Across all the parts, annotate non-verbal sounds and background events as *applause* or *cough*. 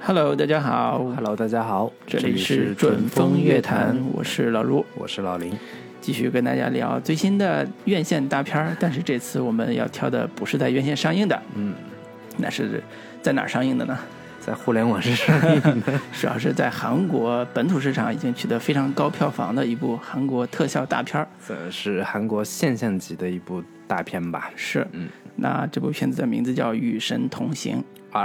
Hello，大家好 Hello，大家好，这里是准风乐坛，，我是老卢，我是老林。继续跟大家聊最新的院线大片儿。但是这次我们要挑的不是在院线上映的，嗯，那是在哪儿上映的呢？在互联网 *laughs* 之上，主要是在韩国本土市场已经取得非常高票房的一部韩国特效大片儿。算是韩国现象级的一部大片吧。是，嗯那这部片子的名字叫《与神同行二，》，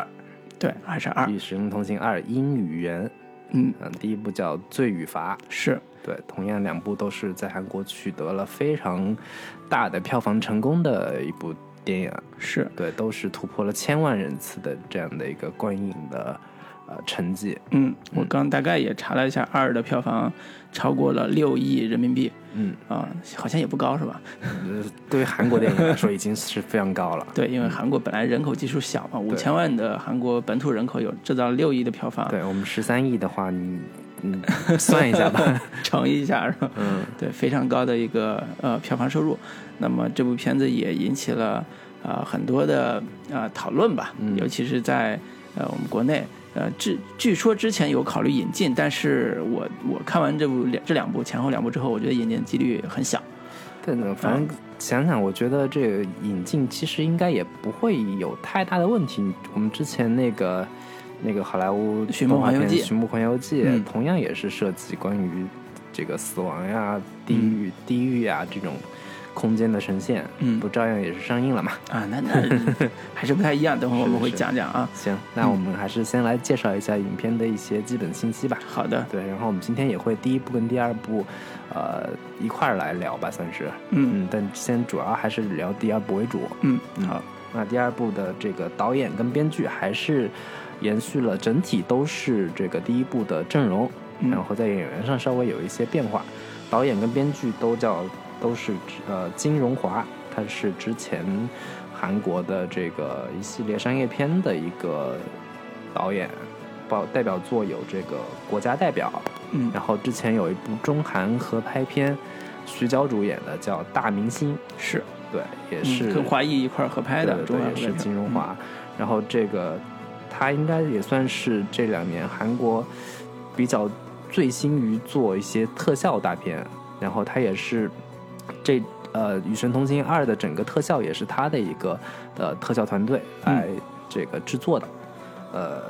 对，还是二《与，使用同行二：英语缘》。嗯，嗯，第一部叫《罪与罚》，是，对，同样两部都是在韩国取得了非常大的票房成功的一部电影。是，对，都是突破了千万人次的这样的一个观影的呃成绩。嗯，我刚大概也查了一下，二的票房超过了六亿人民币。嗯，啊、好像也不高是吧？呃对于韩国电影来说，已经是非常高了。对，因为韩国本来人口基数小嘛，五千万的韩国本土人口有制造六亿的票房，对我们十三亿的话，你你算一下 *laughs* 吧。乘一下是吧？嗯，对，非常高的一个呃票房收入。那么这部片子也引起了呃很多的呃讨论吧，嗯尤其是在呃我们国内。呃，据据说之前有考虑引进，但是我我看完这部两这两部前后两部之后，我觉得引进几率很小。但呢反正想想，我觉得这个引进其实应该也不会有太大的问题。我们之前那个那个好莱坞寻梦环游记动画片《寻梦环游记》嗯同样也是涉及关于这个死亡呀、地狱、地狱呀这种空间的呈现，嗯不照样也是上映了嘛？啊，那 *laughs* 那还是不太一样。等会儿我们是会是讲讲啊。行，那我们还是先来介绍一下影片的一些基本信息吧。好的，对，然后我们今天也会第一部跟第二部，呃，一块儿来聊吧，算是。嗯但先主要还是聊第二部为主。嗯，好，那第二部的这个导演跟编剧还是延续了整体都是这个第一部的阵容，嗯然后在演员上稍微有一些变化。导演跟编剧都叫都是呃金荣华，他是之前韩国的这个一系列商业片的一个导演，包代表作有这个《国家代表》，嗯然后之前有一部中韩合拍片，徐娇主演的叫《大明星》，是，对，也嗯是、跟华谊一块儿合拍的，对中对华对，也合是拍片金嗯荣华。然后这个他应该也算是这两年韩国比较醉心于做一些特效大片，然后他也是这呃《与神同行二》的整个特效也是他的一个呃特效团队嗯来这个制作的，呃，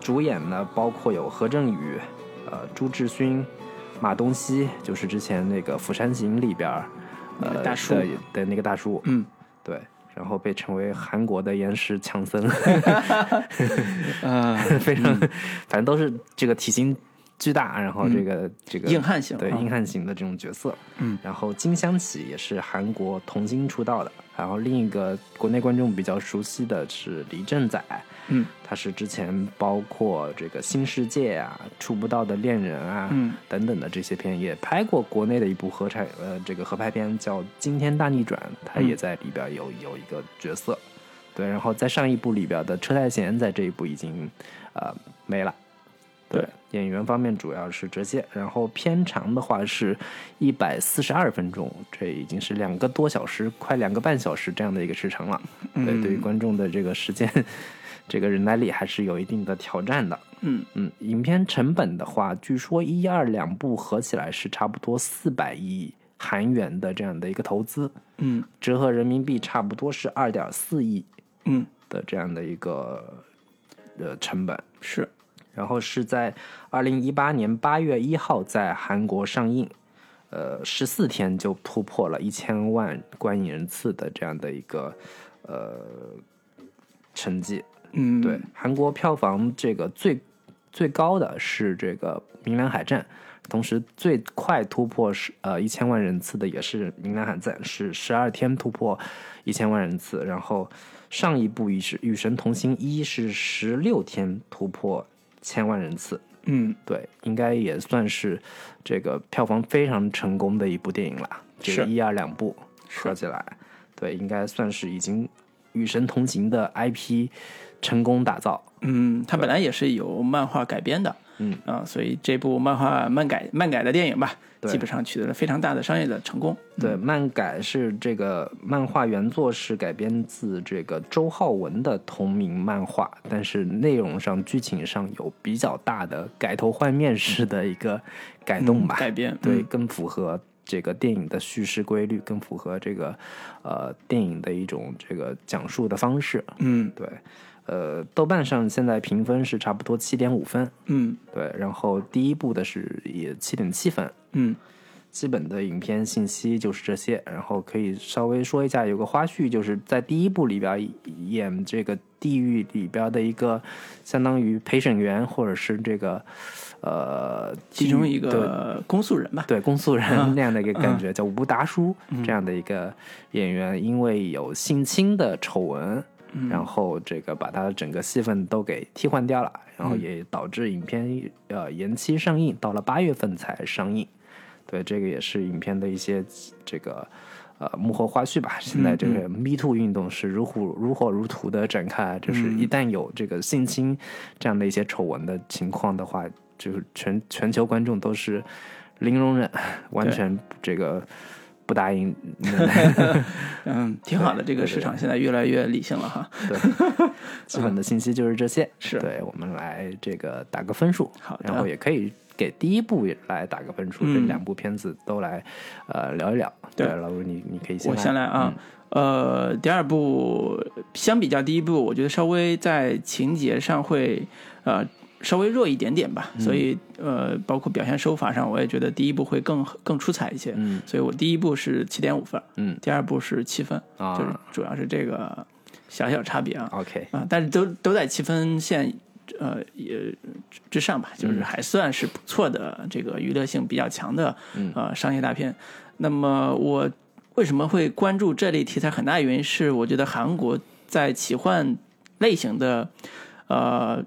主演呢包括有何振宇、呃朱智勋、马东锡，就是之前那个《釜山行》里边儿。那个呃大叔的的那个大叔，嗯，对，然后被称为韩国的岩石强森， *laughs* 啊，非常， *laughs* 反正都是这个体型巨大，然后这个、这 *laughs* 个嗯硬汉型对啊硬汉型的这种角色。嗯，然后金湘起也是韩国童星出道的，然后另一个国内观众比较熟悉的是李正宰，嗯他是之前包括这个《新世界》啊、《触不到的恋人啊》嗯等等的这些片，也拍过国内的一部合拍呃这个合拍片叫《惊天大逆转》，他也在里边有有一个角色。对，然后在上一部里边的车太贤在这一部已经呃没了。对，演员方面主要是这些，然后片长的话是一百四十二分钟，这已经是两个多小时，快两个半小时这样的一个时长了。对，对于观众的这个时间， *laughs* 这个忍耐力还是有一定的挑战的。嗯嗯，影片成本的话，据说一二两部合起来是差不多四百亿韩元的这样的一个投资，嗯折合人民币差不多是二点四亿嗯，的这样的一个呃成本。是，然后是在二零一八年八月一号在韩国上映，呃，十四天就突破了一千万观影人次的这样的一个呃成绩。嗯对，韩国票房这个最最高的是这个《明兰海战》，同时最快突破是呃一千万人次的也是《明兰海战》，是十二天突破一千万人次。然后上一部《与是与神同行一》是十六天突破千万人次，嗯对，应该也算是这个票房非常成功的一部电影了。这个是一二两部合起来，对，应该算是已经《与神同行》的 IP 成功打造。嗯，它本来也是由漫画改编的，嗯啊、所以这部漫画漫改漫改的电影吧，对基本上取得了非常大的商业的成功。对，漫改是这个漫画原作是改编自这个周浩文的同名漫画，但是内容上、剧情上有比较大的改头换面式的一个改动吧，改编嗯对，更符合这个电影的叙事规律，更符合这个呃电影的一种这个讲述的方式。嗯对，呃，豆瓣上现在评分是差不多七点五分，嗯对，然后第一部的是也七点七分，嗯基本的影片信息就是这些，然后可以稍微说一下，有个花絮，就是在第一部里边演这个地狱里边的一个相当于陪审员或者是这个呃其中地狱一个公诉人吧，对公诉人那样的一个感觉，叫吴达叔这样的一个演员，因为有性侵的丑闻，然后这个把他整个戏份都给替换掉了，然后也导致影片呃延期上映，到了八月份才上映。对，这个也是影片的一些这个呃幕后花絮吧。现在这个 Me Too 运动是如虎如火如荼的展开，就是一旦有这个性侵这样的一些丑闻的情况的话，就是全全球观众都是零容 *laughs* 忍，完全这个不答应。 *laughs* 嗯，挺好的。这对个对市对场现在越来越理性了哈。基本的信息就是这些，是对我们来这个打个分数，好的然后也可以给第一部也来打个分数，这嗯两部片子都来呃聊一聊。对老吴你你可以先嗯我先来啊，呃，第二部相比较第一部，我觉得稍微在情节上会呃稍微弱一点点嗯吧，所以呃，包括表现手法上，我也觉得第一部会更更出彩一些，嗯所以我第一部是七点五分，嗯第二部是七分，啊就是主要是这个小小差别啊， ，OK，啊、但是都都在七分线呃也之之上吧，就是还算是不错的这个娱乐性比较强的呃商业大片。那么我为什么会关注这类题材？很大原因是我觉得韩国在奇幻类型的呃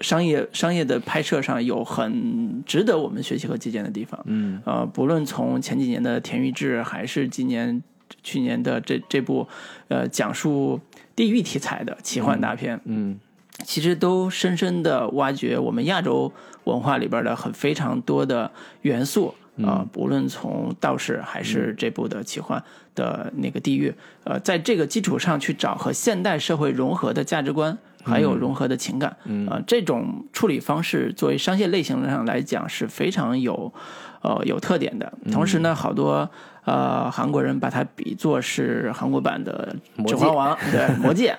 商业商业的拍摄上有很值得我们学习和借鉴的地方。嗯，呃，不论从前几年的《田玉志》，还是今年去年的这这部呃讲述地狱题材的奇幻大片，嗯其实都深深的挖掘我们亚洲文化里边的很非常多的元素。嗯啊、不论从道士还是这部的奇幻的那个地狱，呃，在这个基础上去找和现代社会融合的价值嗯观，还有融合的情感，嗯，啊、这种处理方式作为商业类型上来讲是非常有，呃，有特点的。嗯同时呢，好多呃韩国人把它比作是韩国版的《指环王》 *laughs* 对《魔戒》。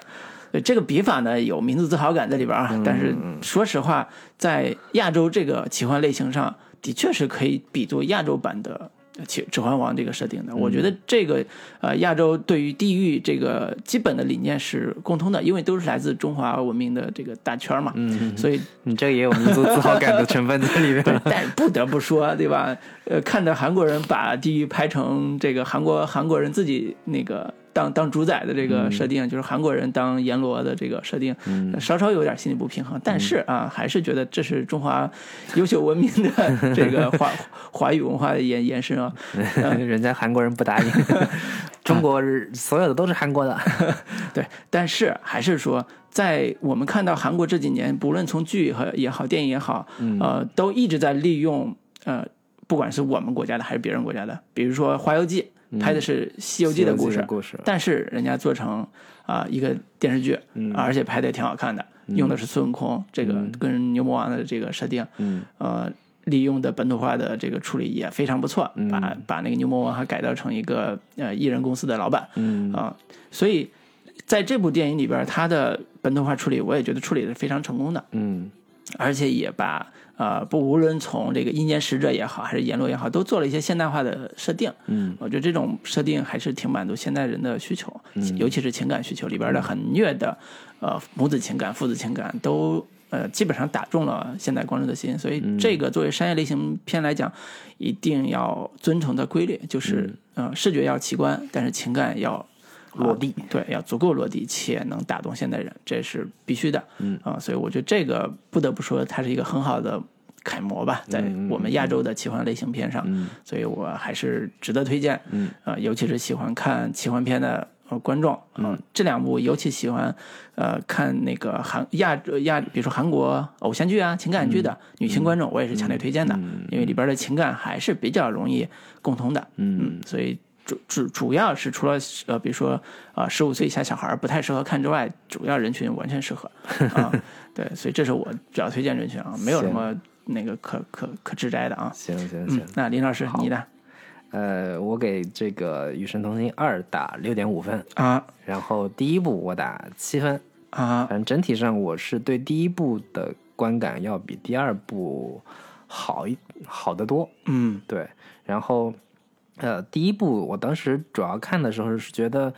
对这个笔法呢，有民族自豪感在里边啊。但是说实话，在亚洲这个奇幻类型上，的确是可以比作亚洲版的《指指环王》这个设定的。我觉得这个呃，亚洲对于地域这个基本的理念是共通的，因为都是来自中华文明的这个大圈儿嘛。嗯，所以你这个也有民族自豪感的成分在里面。对，但是不得不说，对吧？呃，看着韩国人把地狱拍成这个韩国韩国人自己那个当当主宰的这个设定，就是韩国人当阎罗的这个设定，稍稍有点心理不平衡。但是啊，还是觉得这是中华优秀文明的 *laughs* 这个华华语文化的延延伸啊。 *laughs* 人家韩国人不 *laughs* 答应，中国人所有的都是韩国的。对，但是还是说，在我们看到韩国这几年，不论从剧和也好，电影也好，呃，都一直在利用呃，不管是我们国家的还是别人国家的，比如说《花游记》拍的是《嗯西游记》的故西游记事的，故事但是人家做成啊、一个电视剧，而且拍的也挺好看的，用的是孙悟空这个跟牛魔王的这个设定，嗯呃，利用的本土化的这个处理也非常不错，把把那个牛魔王还改造成一个呃艺人公司的老板，嗯啊、所以在这部电影里边，它的本土化处理，我也觉得处理的非常成功的，嗯而且也把呃不无论从这个阴间使者也好，还是阎罗也好，都做了一些现代化的设定。嗯，我觉得这种设定还是挺满足现代人的需求，嗯尤其是情感需求里边的很虐的，呃，母子情感、父子情感都呃基本上打中了现代观众的心，所嗯以这个作为商业类型片来讲，一定要遵从的规律，就是呃视觉要奇观，但是情感要。呃嗯落地对，要足够落地且能打动现代人，这是必须的。嗯啊、所以我觉得这个不得不说，它是一个很好的楷模吧，在我们亚洲的奇幻类型嗯片上，所以我还是值得推荐。嗯，呃，尤其是喜欢看奇幻片的呃观众。嗯，这两部尤其喜欢呃看那个韩亚亚，比如说韩国偶像剧啊、情感剧的女性观众，我也是强烈推荐的，因为里边的情感还是比较容易共同的。嗯，所以。主主主要是除了呃，比如说啊，十、五岁以下小孩儿不太适合看之外，主要人群完全适合 *laughs* 啊、对，所以这是我主要推荐人群啊，没有什行么那个可可可指摘的啊。行行行嗯，，那林老师你呢？呃，我给这个《与神同行二》打六点五分，啊然后第一部我打七分，啊反正整体上我是对第一部的观感要比第二部好一好得多。嗯对，然后呃，第一部我当时主要看的时候是觉得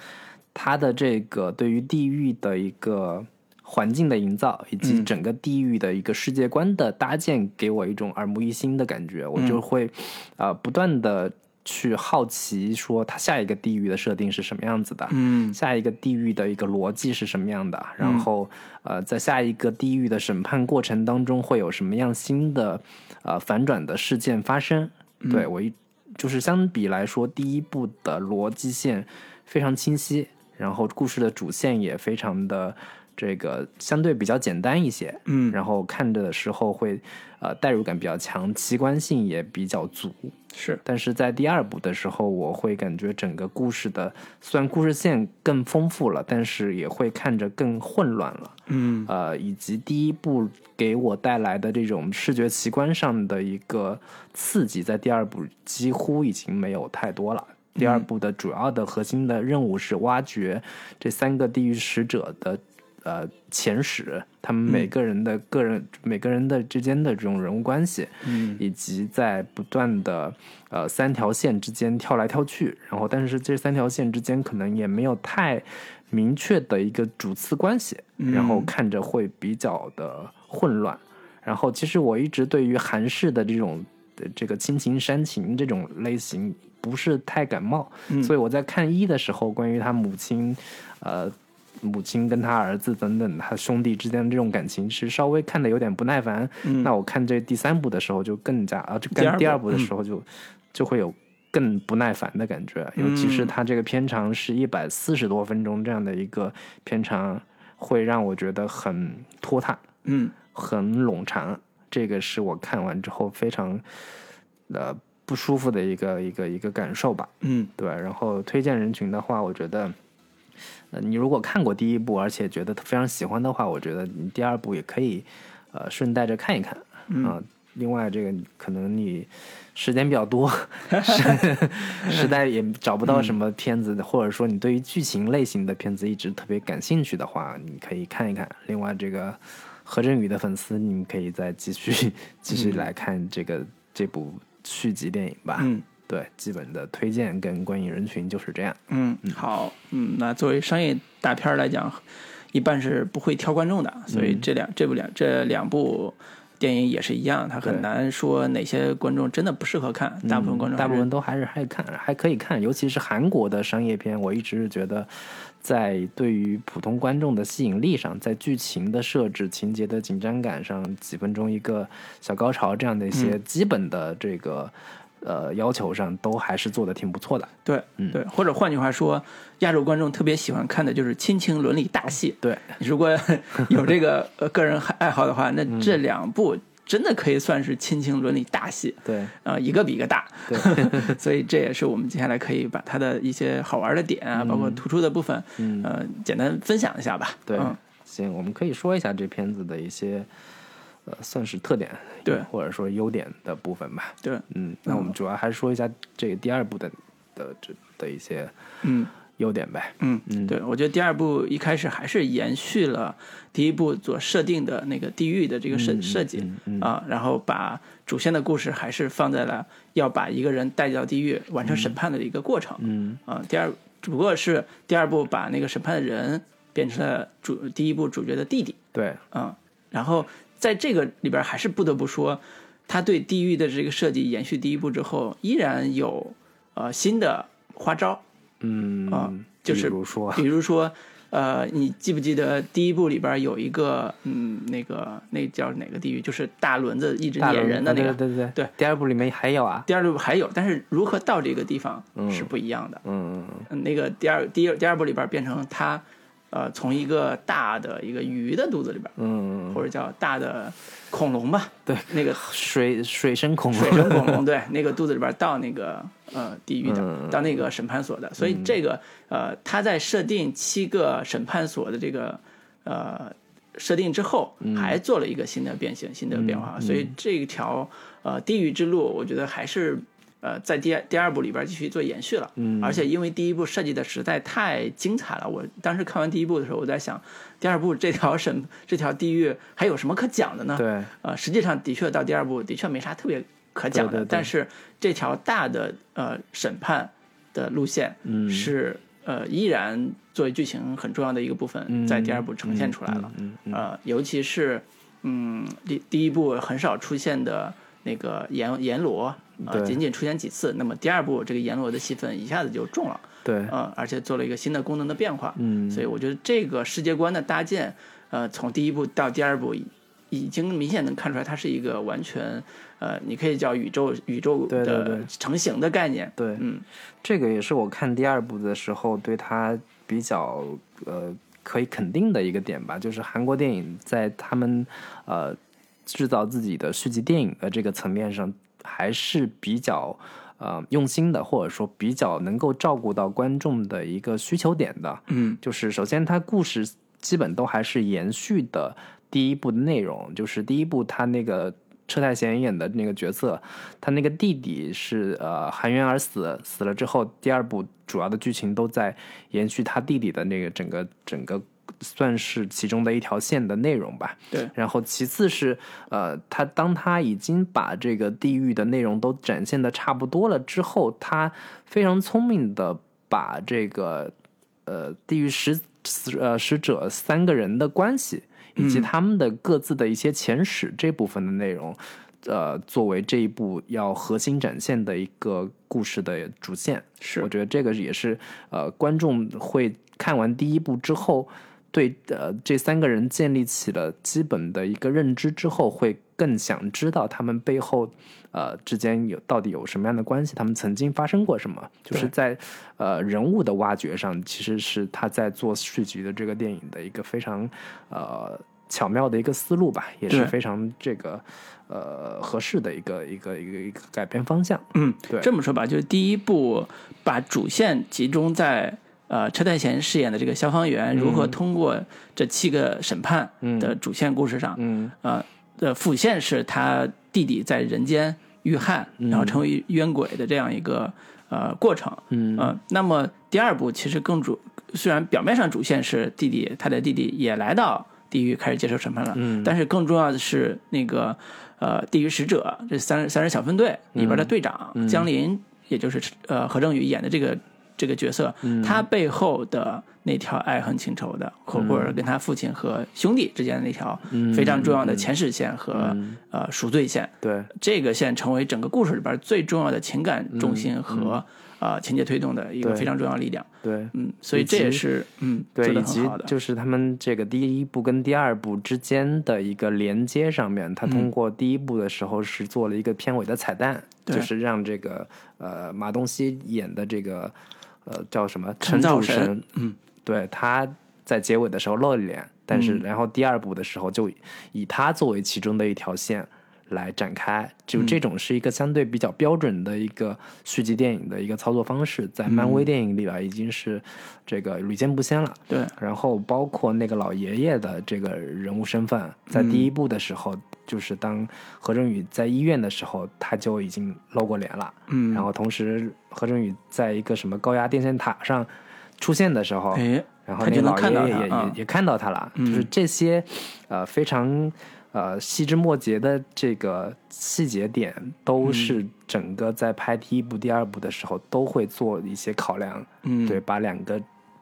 它的这个对于地域的一个环境的营造，以及整个地域的一个世界观的搭建，给我一种耳目一新的感觉，我就会呃不断的。去好奇说它下一个地域的设定是什么样子的，嗯下一个地狱的一个逻辑是什么样的，然后呃，在下一个地狱的审判过程当中会有什么样新的呃反转的事件发生？嗯对我一就是相比来说，第一部的逻辑线非常清晰，然后故事的主线也非常的这个相对比较简单一些，嗯然后看着的时候会呃代入感比较强，奇观性也比较足，是但是在第二部的时候，我会感觉整个故事的虽然故事线更丰富了，但是也会看着更混乱了。嗯呃，以及第一部给我带来的这种视觉奇观上的一个刺激，在第二部几乎已经没有太多了。嗯第二部的主要的核心的任务是挖掘这三个地狱使者的呃前史，他们每个人的个人、每个人的之间的这种人物关系，嗯以及在不断的呃三条线之间跳来跳去，然后但是这三条线之间可能也没有太明确的一个主次关系，然后看着会比较的混乱。然后其实我一直对于韩式的这种呃这个亲情煽情这种类型不是太感冒，所以我在看一的时候，关于他母亲，呃。母亲跟他儿子等等，他兄弟之间的这种感情是稍微看的有点不耐烦。那我看这第三部的时候就更加啊，就第二部看嗯第二部的时候就、就会有更不耐烦的感觉，尤其是它这个片长是一百四十多分钟这样的一个片长，会让我觉得很拖沓。嗯很冗长，这个是我看完之后非常呃不舒服的一个一个一个感受吧。嗯对，然后推荐人群的话，我觉得。呃，你如果看过第一部，而且觉得非常喜欢的话，我觉得你第二部也可以，呃，顺带着看一看啊、另外，这个可能你时间比较多，实实在也找不到什么片子，或者说你对于剧情类型的片子一直特别感兴趣的话，你可以看一看。另外，这个何振宇的粉丝，你们可以再继续继续来看这个、这部续集电影吧。嗯对，基本的推荐跟观影人群就是这样。嗯，好，嗯，那作为商业大片儿来讲，一般是不会挑观众的，所嗯以这两、这部两这两部电影也是一样，它很对嗯难说哪些观众真的不适合看，大部分观众大还部是分都还是还看，还可以看，尤其是韩国的商业片，我一直是觉得，在对于普通观众的吸引力上，在剧情的设置、情节的紧张感上，几分钟一个小高潮这样的一些嗯基本的这个、呃要求上，都还是做的挺不错的。对对，或者换句话说，亚洲观众特别喜欢看的就是亲情伦理大戏。对，你如果有这个呃个人爱好的话，那这两部真的可以算是亲情伦理大戏。对，啊、一个比一个大， *laughs* 所以这也是我们接下来可以把它的一些好玩的点啊，包括突出的部分，嗯、呃，简单分享一下吧。对，嗯行，我们可以说一下这片子的一些，呃，算是特点，对或者说优点的部分吧。对，嗯，那我们主要还是说一下这个第二部的的这的一些嗯优点呗。嗯嗯，对，我觉得第二部一开始还是延续了第一部所设定的那个地域的这个设、设计啊、然后把主线的故事还是放在了要把一个人带到地狱完成审判的一个过程。嗯啊、第二只不过是第二部把那个审判的人变成了主第一部主角的弟弟。对，嗯，然后在这个里边还是不得不说，他对地狱的这个设计延续第一部之后，依然有呃新的花招嗯，啊、就是比如说，比如说呃，你记不记得第一部里边有一个嗯，那个那叫哪个地狱？就是大轮子一直大撵轮啊人的那个。对对对对第二部里面还有啊，第二部还有，但是如何到这个地方是不一样的。嗯，嗯那个第二第二第二部里边变成他，呃，从一个大的一个鱼的肚子里边，嗯，或者叫大的恐龙吧，对，那 *laughs* 个水水生恐水生龙，恐龙，对，那个肚子里边到那个呃地狱的，到那个审判所的，所以这个呃，他在设定七个审判所的这个呃设定之后，还做了一个新的变形、新的变化，所以这条呃地狱之路，我觉得还是。呃，在第二第二部里边继续做延续了，嗯，而且因为第一部设计的实在太精彩了，我当时看完第一部的时候，我在想，第二部这条审这条地狱还有什么可讲的呢？对，呃，实际上的确到第二部的确没啥特别可讲的，对对对但是这条大的呃审判的路线嗯是、呃依然作为剧情很重要的一个部嗯分，在第二部呈现出来了。呃，尤其是嗯第第一部很少出现的那个阎阎罗。呃，对仅仅出现几次，那么第二部这个阎罗的戏份一下子就重了，对，呃，而且做了一个新的功能的变化，嗯，所以我觉得这个世界观的搭建，呃，从第一部到第二部，已已经明显能看出来，它是一个完全，呃，你可以叫宇宙宇宙对对对的成型的概念，对，嗯，这个也是我看第二部的时候对他比较呃可以肯定的一个点吧，就是韩国电影在他们呃制造自己的续集电影的这个层面上还是比较。呃，用心的，或者说比较能够照顾到观众的一个需求点的，嗯，就是首先它故事基本都还是延续的第一部的内容，就是第一部他那个车太贤演的那个角色，他那个弟弟是呃含冤而死，死了之后，第二部主要的剧情都在延续他弟弟的那个整个整个算是其中的一条线的内容吧。对然后其次是呃，他当他已经把这个地狱的内容都展现的差不多了之后，他非常聪明的把这个呃地狱使使呃使者三个人的关系。以及他们的各自的一些前史这部分的内容，呃，作为这一部要核心展现的一个故事的主线。是我觉得这个也是呃，观众会看完第一部之后，对呃这三个人建立起了基本的一个认知之后，会更想知道他们背后呃之间有到底有什么样的关系，他们曾经发生过什么，就是对在呃人物的挖掘上，其实是他在做续集的这个电影的一个非常呃。巧妙的一个思路吧，也是对非常这个呃合适的一个一个一个一个改编方向。嗯，对这么说吧，就是第一部把主线集中在呃车太贤饰演的这个消防员如嗯何通过这七个审判的主线故事上，嗯呃的辅线是他弟弟在人间遇害，嗯然后成为冤鬼的这样一个呃过程。嗯、呃，那么第二部其实更主，虽然表面上主线是弟弟，他的弟弟也来到地狱开始接受审判了，嗯、但是更重要的是那个呃地狱使者这三三人小分队里边的队长、江林，也就是呃何正宇演的这个这个角色，他背后的那条爱恨情仇的，或或者跟他父亲和兄弟之间的那条非常重要的前世线和呃赎罪线，对，这个线成为整个故事里边最重要的情感重心和呃情节推动的一个对非常重要的力量。对，嗯，所以这也是嗯做对，的以很及好的。就是他们这个第一部跟第二部之间的一个连接上面，他嗯通过第一部的时候是做了一个片尾的彩蛋，对就是让这个呃马东锡演的这个呃叫什么陈主灶神，神嗯，对，他在结尾的时候露了脸，但是嗯然后第二部的时候就以他作为其中的一条线。来展开，就嗯这种是一个相对比较标准的一个续集电影的一个操作方式，在漫嗯威电影里啊边已经是这个屡见不鲜了。对，然后包括那个老爷爷的这个人物身份，在第一嗯部的时候，就是当何振宇在医院的时候，他就已经露过脸了。嗯，然后同时何振宇在一个什么高压电线塔上出现的时候，哎，然后他那就个能老看到爷爷也他啊也也看到他了，就是这些呃非常呃细枝末节的这个细节点，都嗯是整个在拍第一部、第二部的时候都会做一些考量，嗯对，把两个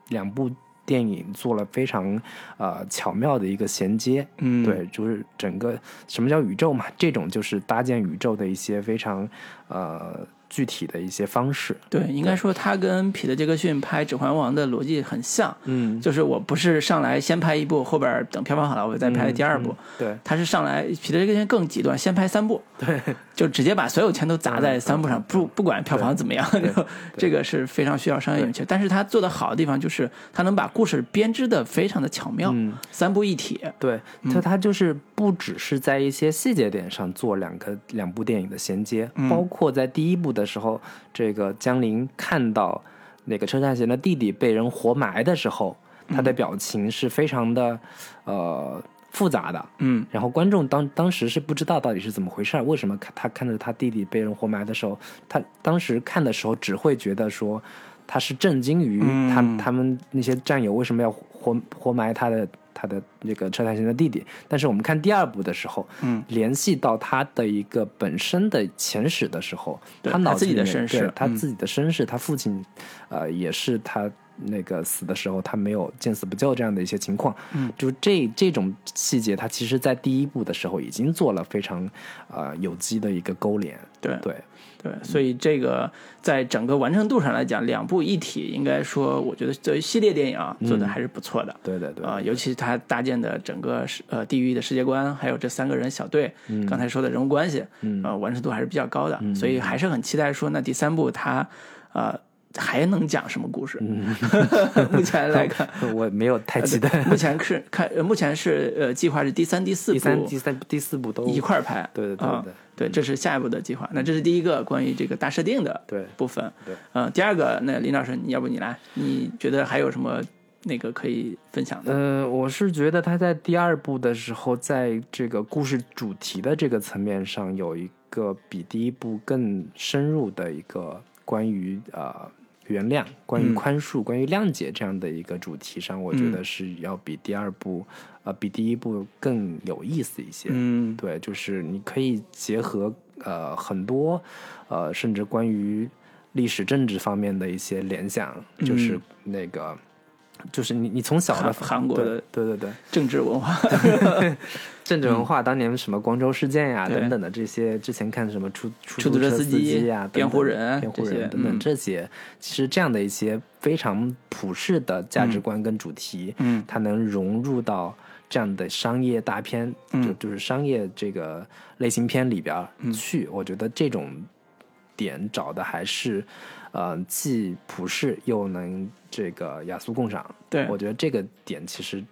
两部电影做了非常呃巧妙的一个衔接，嗯对，就是整个什么叫宇宙嘛？这种就是搭建宇宙的一些非常呃具体的一些方式。对，应该说他跟彼得·杰克逊拍《指环王》的逻辑很像，嗯，就是我不是上来先拍一部，后边等票房好了我再拍第二部，嗯对他是上来彼得·杰克逊更极端，先拍三部，对，嗯就直接把所有钱都砸在三部上，不不管票房怎么样，就这个是非常需要商业勇气。但是他做的好的地方就是他能把故事编织的非常的巧妙，嗯三部一体。对，嗯就它就是不只是在一些细节点上做两个两部电影的衔接，嗯包括在第一部的时候，这个江林看到那个车站贤的弟弟被人活埋的时候，他嗯的表情是非常的呃复杂的，嗯，然后观众当当时是不知道到底是怎么回事儿，为什么看他看着他弟弟被人活埋的时候，他当时看的时候只会觉得说他是震惊于嗯他、他们那些战友为什么要活活埋他的他的那个车太贤的弟弟。但是我们看第二部的时候，嗯，联系到他的一个本身的前史的时候，对脑他自己子里的面身对世嗯他自己的身世，他父亲呃也是他那个死的时候，他没有见死不救这样的一些情况。嗯，就这这种细节，他其实在第一部的时候已经做了非常呃有机的一个勾连。对对，对，所以这个在整个完成度上来讲，两部一体，应该说我觉得作为系列电影啊，做嗯的还是不错的。对对对，啊、尤其是他搭建的整个世呃地狱的世界观，还有这三个人小队，嗯刚才说的人物关系，呃，完成度还是比较高的，所以还是很期待说那第三部他呃还能讲什么故事。 *laughs* 目前来看，我没有太嗯 *laughs* 期待。目前是看呃目前是呃计划是第三、第四 *laughs* 第三、部第三、第四部都一块儿拍，对对对啊对对，这是下一步的计划。那这是第一个关于这个大设定的对部分，对，呃，第二个那林老师，你要不你来，你觉得还有什么那个可以分享的？呃，我是觉得他在第二部的时候，在这个故事主题的这个层面上，有一个比第一部更深入的一个关于呃原谅、关于宽恕、关于谅解这样的一个主题上，我觉得是要比第二部、呃比第一部更有意思一些。嗯，对，就是你可以结合呃很多呃甚至关于历史政治方面的一些联想，嗯就是那个、就是你你从小的韩韩国的嗯对对对对政治文化，政治文化，当年什么光州事件呀、对等等的这些，之前看什么出出出租租车车司司机呀、等辩护等人辩护这些人等等嗯这些，其实这样的一些非常普世的价值观跟主题， *laughs* 嗯它能融入到这样的商业大片，嗯就就是商业这个类型片里边儿去。我觉得这种点找的还是，呃，既普世又能这个雅俗共赏。对我觉得这个点其实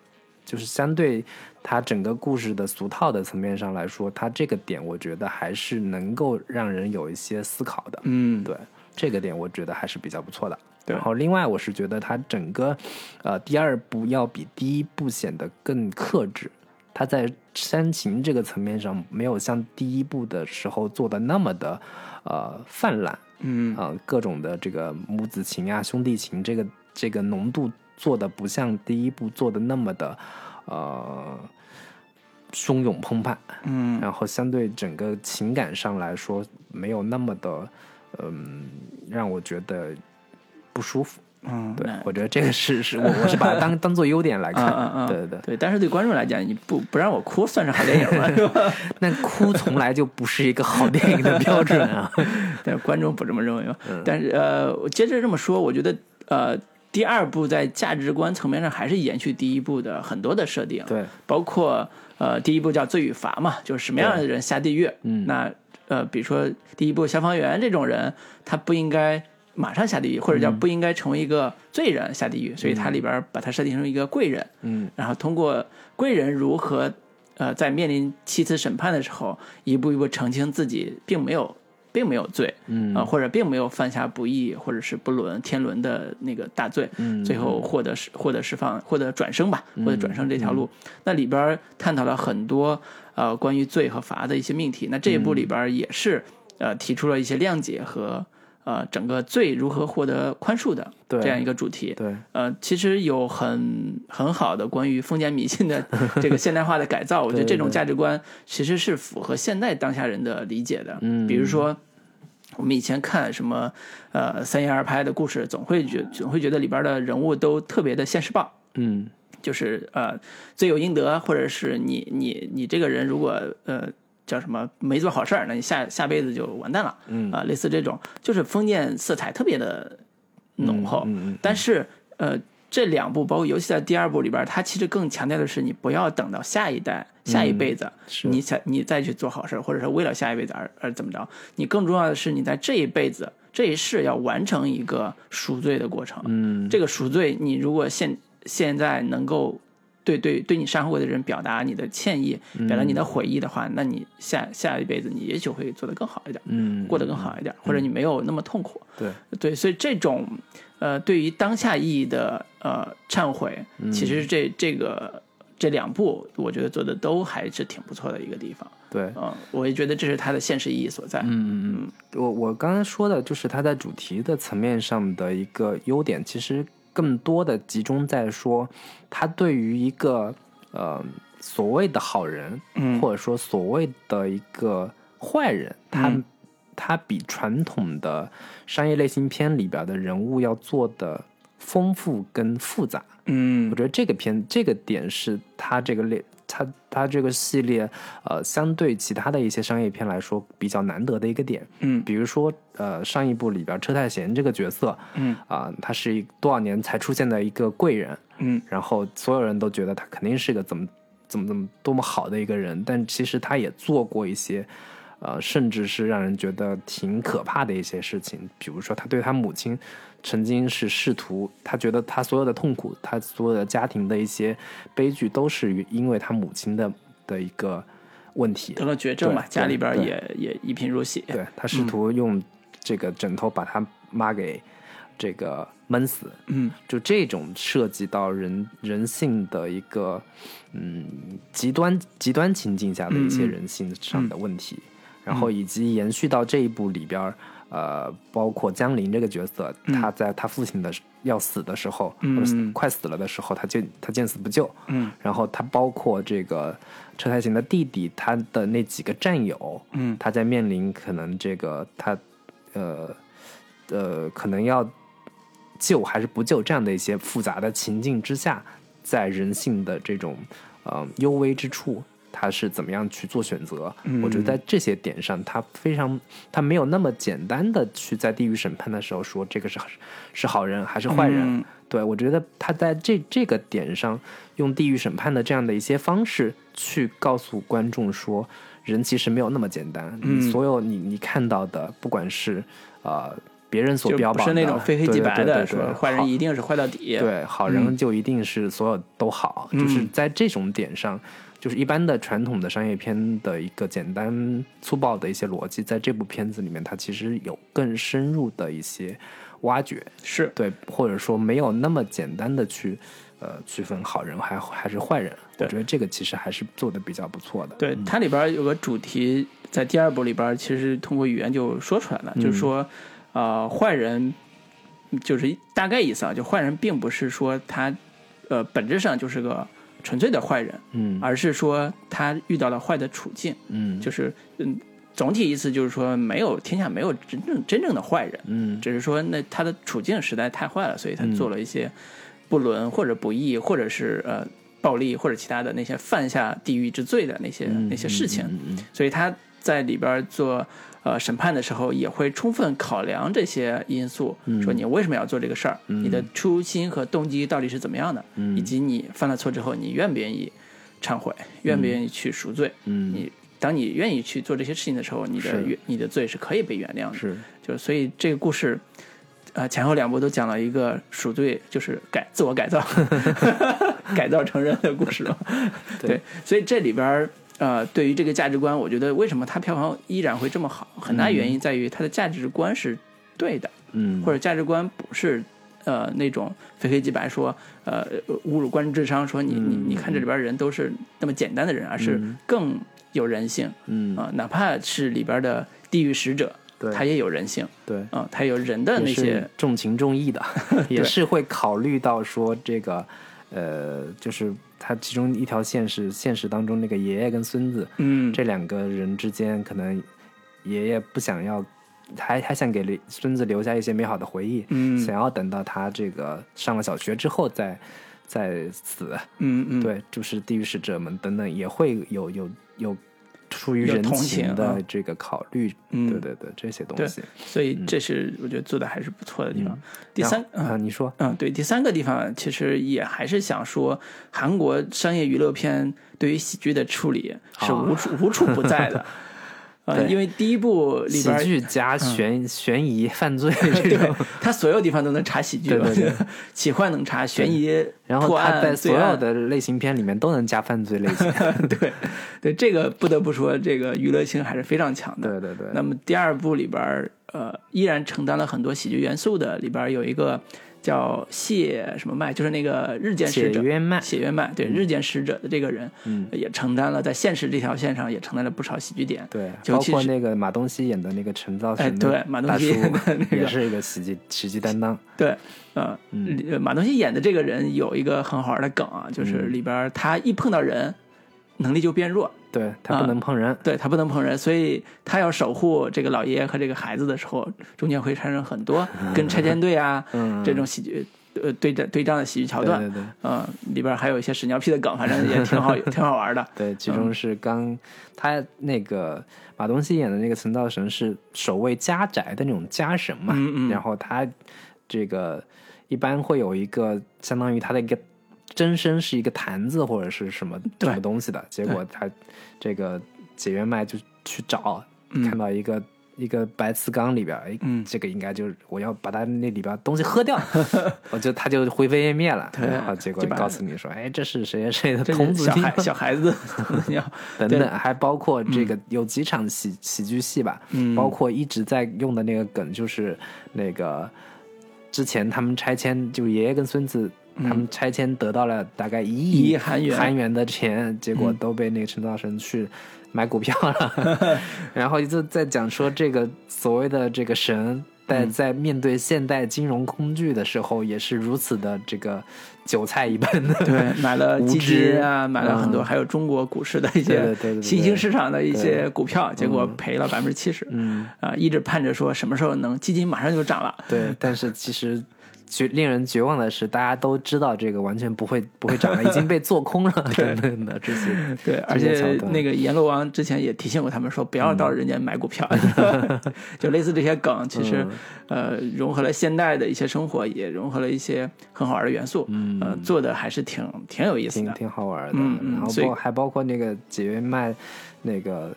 就是相对它整个故事的俗套的层面上来说，它这个点我觉得还是能够让人有一些思考的。嗯，对，这个点我觉得还是比较不错的。对然后另外我是觉得它整个，呃，第二部要比第一部显得更克制，它在煽情这个层面上没有像第一部的时候做的那么的，呃，泛滥。嗯啊、各种的这个母子情啊、兄弟情，这个这个浓度做的不像第一部做的那么的，呃，汹涌澎湃。嗯然后相对整个情感上来说，没有那么的，嗯，让我觉得不舒服。嗯，对那，我觉得这个是是我我是把它 *laughs* 当当做优点来看。嗯嗯嗯 *laughs* 对对对，对，但是对观众来讲，你不不让我哭算是好电影 *laughs* 吗？是吧？那哭从来就不是一个好电影的标准啊。 *laughs* 但是观众不这么认为嘛。嗯但是呃，我接着这么说，我觉得呃，第二部在价值观层面上还是延续第一部的很多的设定，对，包括呃，第一部叫罪与罚嘛，就是什么样的人下地狱？嗯那呃，比如说第一部消防员这种人，他不应该。马上下地狱，或者叫嗯不应该成为一个罪人下地狱，所以它里边把它设定成一个贵人，嗯然后通过贵人如何呃在面临七次审判的时候，一步一步澄清自己并没有并没有罪，嗯啊、或者并没有犯下不义或者是不伦天伦的那个大罪，嗯最后获得释获得释放，获得转生吧，获得转生这条路。嗯那里边儿探讨了很多呃关于罪和罚的一些命题。那这一部嗯里边儿也是呃提出了一些谅解和呃整个罪如何获得宽恕的对这样一个主题。对，呃，其实有很很好的关于封建迷信的这个现代化的改 *laughs* 造，我觉得对这种对价值观其实是符合现代当下人的理解的。嗯比如说我们以前看什么呃三言二拍的故事，总会觉总会觉得里边的人物都特别的现实报。嗯就是呃罪有应得，或者是你你你这个人如果呃叫什么没做好事儿，那你下下辈子就完蛋了。嗯啊、类似这种，就是封建色彩特别的浓厚。嗯嗯嗯但是呃，这两部包括尤其在第二部里边儿，它其实更强调的是你不要等到下一代、下一辈子，嗯是你才你再去做好事，或者是为了下一辈子而而怎么着。你更重要的是你在这一辈子、这一世要完成一个赎罪的过程。嗯，这个赎罪，你如果现现在能够对对对你善后的人表达你的歉意，嗯表达你的悔意的话，那你下下一辈子你也许会做得更好一点，嗯过得更好一点，或者你没有那么痛苦。对，对，所以这种呃，对于当下意义的呃忏悔，嗯其实这这个这两部，我觉得做的都还是挺不错的一个地方。对，嗯，我也觉得这是它的现实意义所在。嗯嗯嗯，我我刚刚说的就是它在主题的层面上的一个优点，其实更多的集中在说，它对于一个呃所谓的好人，嗯或者说所谓的一个坏人，他、嗯他比传统的商业类型片里边的人物要做的丰富跟复杂。嗯我觉得这个片这个点是它这个类它它这个系列呃相对其他的一些商业片来说比较难得的一个点。嗯比如说呃上一部里边车太贤这个角色嗯啊、他是一多少年才出现的一个贵人，嗯然后所有人都觉得他肯定是个怎么怎么怎么多么好的一个人，但其实他也做过一些。呃，甚至是让人觉得挺可怕的一些事情，比如说他对他母亲曾经是试图，他觉得他所有的痛苦，他所有的家庭的一些悲剧，都是因为他母亲的的一个问题。得了绝症嘛，对家里边对也也一贫如洗。对嗯他试图用这个枕头把他妈给这个闷死，嗯就这种涉及到人人性的一个嗯极端极端情境下的一些嗯嗯嗯人性上的问题，然后以及延续到这一部里边儿。呃，包括江林这个角色，他在他父亲的要死的时候，嗯或者死嗯快死了的时候，他见他见死不救，嗯然后他包括这个车太行的弟弟，他的那几个战友，嗯他在面临可能这个他，呃，呃，可能要救还是不救这样的一些复杂的情境之下，在人性的这种呃幽微之处，他是怎么样去做选择？嗯我觉得在这些点上，他非常他没有那么简单的去在地狱审判的时候说这个是是好人还是坏人。嗯对，我觉得他在这这个点上，用地狱审判的这样的一些方式去告诉观众说，人其实没有那么简单。嗯你所有你你看到的，不管是呃别人所就标不榜的，是那种非黑即白的，对对对对说坏人一嗯定是坏到底。对，对好人就一定是所有都好，嗯就是在这种点上。就是一般的传统的商业片的一个简单粗暴的一些逻辑，在这部片子里面，它其实有更深入的一些挖掘。是，对，或者说没有那么简单的去，呃，区分好人还还是坏人。我对觉得这个其实还是做的比较不错的。对，它里边有个主题，在第二部里边其实通过语言就说出来了，就是说，呃，坏人就是大概意思啊，就坏人并不是说他，呃，本质上就是个纯粹的坏人，嗯而是说他遇到了坏的处境，嗯就是嗯，总体意思就是说，没有天下没有真正真正的坏人，嗯只是说那他的处境实在太坏了，所以他做了一些不伦或者不义，或者是呃暴力或者其他的那些犯下地狱之罪的那些、嗯那些事情，嗯嗯嗯所以他在里边做呃审判的时候，也会充分考量这些因素，嗯说你为什么要做这个事儿，你的初心和动机到底是怎么样的，嗯以及你犯了错之后，你愿不愿意忏悔，愿不愿意去赎罪，嗯你。当你愿意去做这些事情的时候，你的是你的罪是可以被原谅的。是就所以这个故事，呃，前后两部都讲了一个赎罪，就是改自我改造， *laughs* 改造成人的故事嘛。 *laughs* 对对，所以这里边儿呃，对于这个价值观，我觉得为什么它票房依然会这么好，很大原因在于它的价值观是对的，嗯或者价值观不是。呃，那种非黑即白说，呃，侮辱观众智商，说你嗯你你看这里边儿人都是那么简单的人，而是更有人性嗯啊、哪怕是里边儿的地狱使者，对他也有人性，对。啊、它有人的那也些是，重情 *laughs* 重义的，也是会考虑到说这个，呃，就是它其中一条线是现实当中那个爷爷跟孙子，嗯，这两个人之间，可能爷爷不想要，还还想给留孙子留下一些美好的回忆，嗯想要等到他这个上了小学之后再再死，嗯嗯，对，就是地狱使者们等等也会有有有出于有人同情情啊的这个考虑，嗯对对对，这些东对西。所以这是我觉得做的还是不错的地方。第三，嗯然后啊，你说，嗯，对，第三个地方其实也还是想说，韩国商业娱乐片对于喜剧的处理是无处、无处不在 *laughs* 的。呃，对因为第一部里喜边儿嗯剧加悬悬疑犯罪这对种，，他所有地方都能查喜剧吧，对 *laughs* 对奇幻能查，悬疑、然后破他案在所罪有，的类型片里面都能加犯罪类型。 *laughs* 案对对，这个不得不说，这个娱乐性还是非常强的。对对对，那么第二部里边儿，呃，依然承担了很多喜剧元素的，里边儿有一个叫谢什么麦，就是那个日见使解者。约麦，嗯写月漫对日见使者的这个人，嗯，也承担了在现实这条线上也承担了不少喜剧点，对，尤包其括是那个马东锡演的那个陈造哎神的对马东大锡叔演的那也个是一个喜剧喜剧担当。对，呃，嗯里马东锡演的这个人有一个很好玩的梗啊，就是嗯里边儿他一碰到人，能力就变弱，对他不啊能碰人，对他不能碰人，所以他要守护这个老爷爷和这个孩子的时候，中间会产生很多跟拆迁队啊、这种喜剧呃对战对仗的喜剧桥对段，嗯对对嗯，里边儿还有一些屎尿屁的梗，反正也挺 *laughs* 好挺好玩的，对，其嗯中是刚他那个马东锡演的那个陈道神是守卫家宅的那种家神嘛，嗯嗯然后他这个一般会有一个相当于他的一个真身是一个坛子或者是什么对什么东西的，结果他这个解元麦就去找，看到一个。一个白瓷缸里边，哎嗯这个应该就是我要把它那里边东西喝掉， *laughs* 我就他就灰飞烟灭了。对然后结果就把告诉你说，哎，这是谁谁谁的这童是子小尿孩小孩子 *laughs* 童子尿， *laughs* 等等，还包括这个有几场喜、喜剧戏吧，嗯包括一直在用的那个梗，就是那个之前他们拆迁，就爷爷跟孙子他们拆迁得到了大概一嗯一亿亿韩元嗯韩元的钱，结果都被那个陈道生去。买股票了， *laughs* 然后就在讲说这个所谓的这个神，在嗯在面对现代金融工具的时候，也是如此的这个韭菜一般的，对， *laughs* 买了无基知金啊，买了很多，嗯还有中国股市的一对对些对对新兴市场的一对些股票，结果赔了百分之七十。嗯，啊，一直盼着说什么时候能基金马上就涨了。对，但是其实绝令人绝望的是，大家都知道这个完全不会不会涨了，已经被做空了等等的这些。对，而这些且桥段那个阎罗王之前也提醒过他们说，不要到人家买股票， *laughs* 就类似这些梗，其实、呃融合了现代的一些生活，也融合了一些很好玩的元素，嗯、呃，做的还是挺挺有意思挺的。挺好玩的，嗯嗯然后所以包还包括那个解约卖那个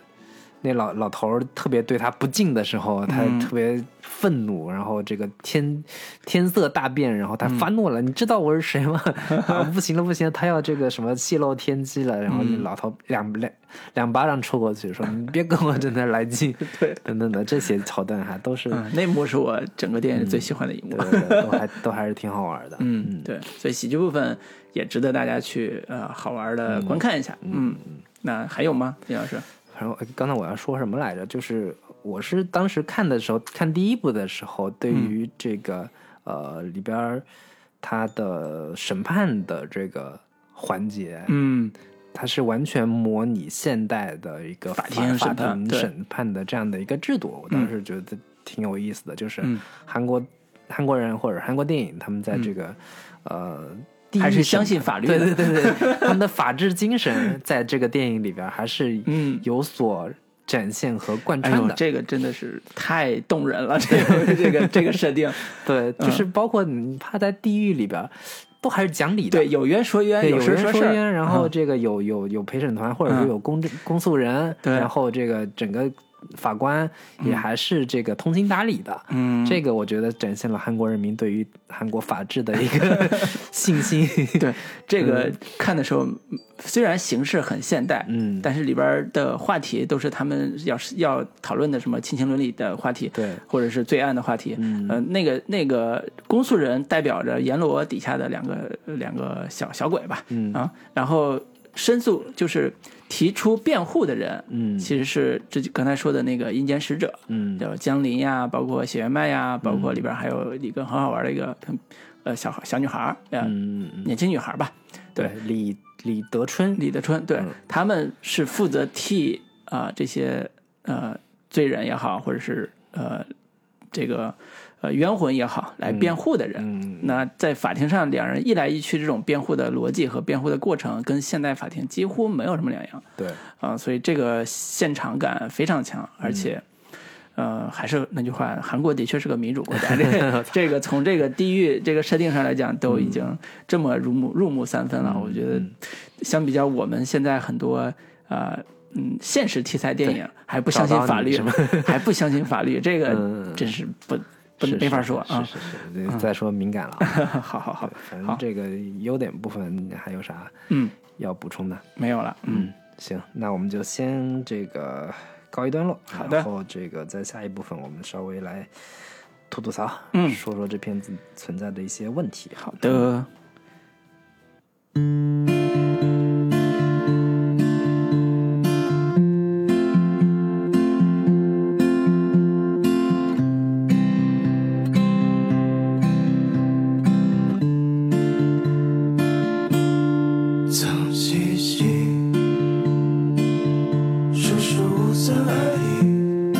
那老老头儿特别对他不敬的时候，他嗯特别愤怒，然后这个天天色大变，然后嗯他发怒了，你知道我是谁吗？ *laughs* 啊，不行了不行了，他要这个什么泄露天机了，然后嗯那老头两两两巴掌抽过去，说你别跟我真的来劲， *laughs* 对，等等的这些桥段还都是。嗯，那幕是我整个电影最喜欢的一幕。对对对，都还都还是挺好玩的。嗯，对，所以喜剧部分也值得大家去呃好玩的观看一下。嗯，那还有吗，李老师？然后哎刚才我要说什么来着？就是我是当时看的时候，看第一部的时候，对嗯于这个、呃里边儿他的审判的这个环节，嗯，它是完全模拟现代的一个法庭法审判庭对审判的这样的一个制度。我当时觉得挺有意思的，就是嗯韩国韩国人或者韩国电影，他们在这个、呃。第一还是审相判信法律的对对对 *laughs* 对，他们的法治精神在这个电影里边还是嗯有所展现和贯哎穿呦，的。这个真的是太动人了，这个这个这个设定，对，嗯就是包括你怕在地狱里边，都还是讲理的。对，有冤说冤，对，有事人说说事儿冤，然后这个有有有陪审团，或者说嗯有公证公诉人，对然后这个整个法官也还是这个通情达理的。嗯，这个我觉得展现了韩国人民对于韩国法治的一 *laughs* 个信心。对这个看的时候，虽然形式很现代，嗯但是里边的话题都是他们要是要讨论的什么亲情伦理的话题，对或者是罪案的话题，嗯、呃，那个那个公诉人代表着阎罗底下的两个两个小小鬼吧，嗯啊，然后申诉就是提出辩护的人，嗯其实是这刚才说的那个阴间使者，嗯叫江林呀，包括雪原麦呀，包括里边还有一个很好玩的一个很呃小小女孩儿，呃，嗯，嗯年轻女孩儿吧，对，李李德春，李德春，对、嗯他们是负责替啊、这些呃罪人也好，或者是呃这个呃冤魂也好来辩护的人。嗯那在法庭上，两人一来一去，这种辩护的逻辑和辩护的过程跟现代法庭几乎没有什么两样对，啊、所以这个现场感非常强，嗯而且。呃，还是那句话，韩国的确是个民主国 *laughs* 家。这个这个从这个地域这个设定上来讲，都嗯已经这么入木入木三分了。我觉得，相比较我们现在很多呃嗯现实题材电影，还不相信找到法你律什么，还不相信法律，这个嗯真是不不是没法说啊。是是是是，再说敏感了啊。 *laughs* 好好好，反正这个优点部分你还有啥嗯，要补充的？没有了，嗯。嗯，行，那我们就先这个告一段落。好的然后这个在下一部分我们稍微来吐吐槽，嗯说说这片子存在的一些问题。好的。早栖息，世事无三二一。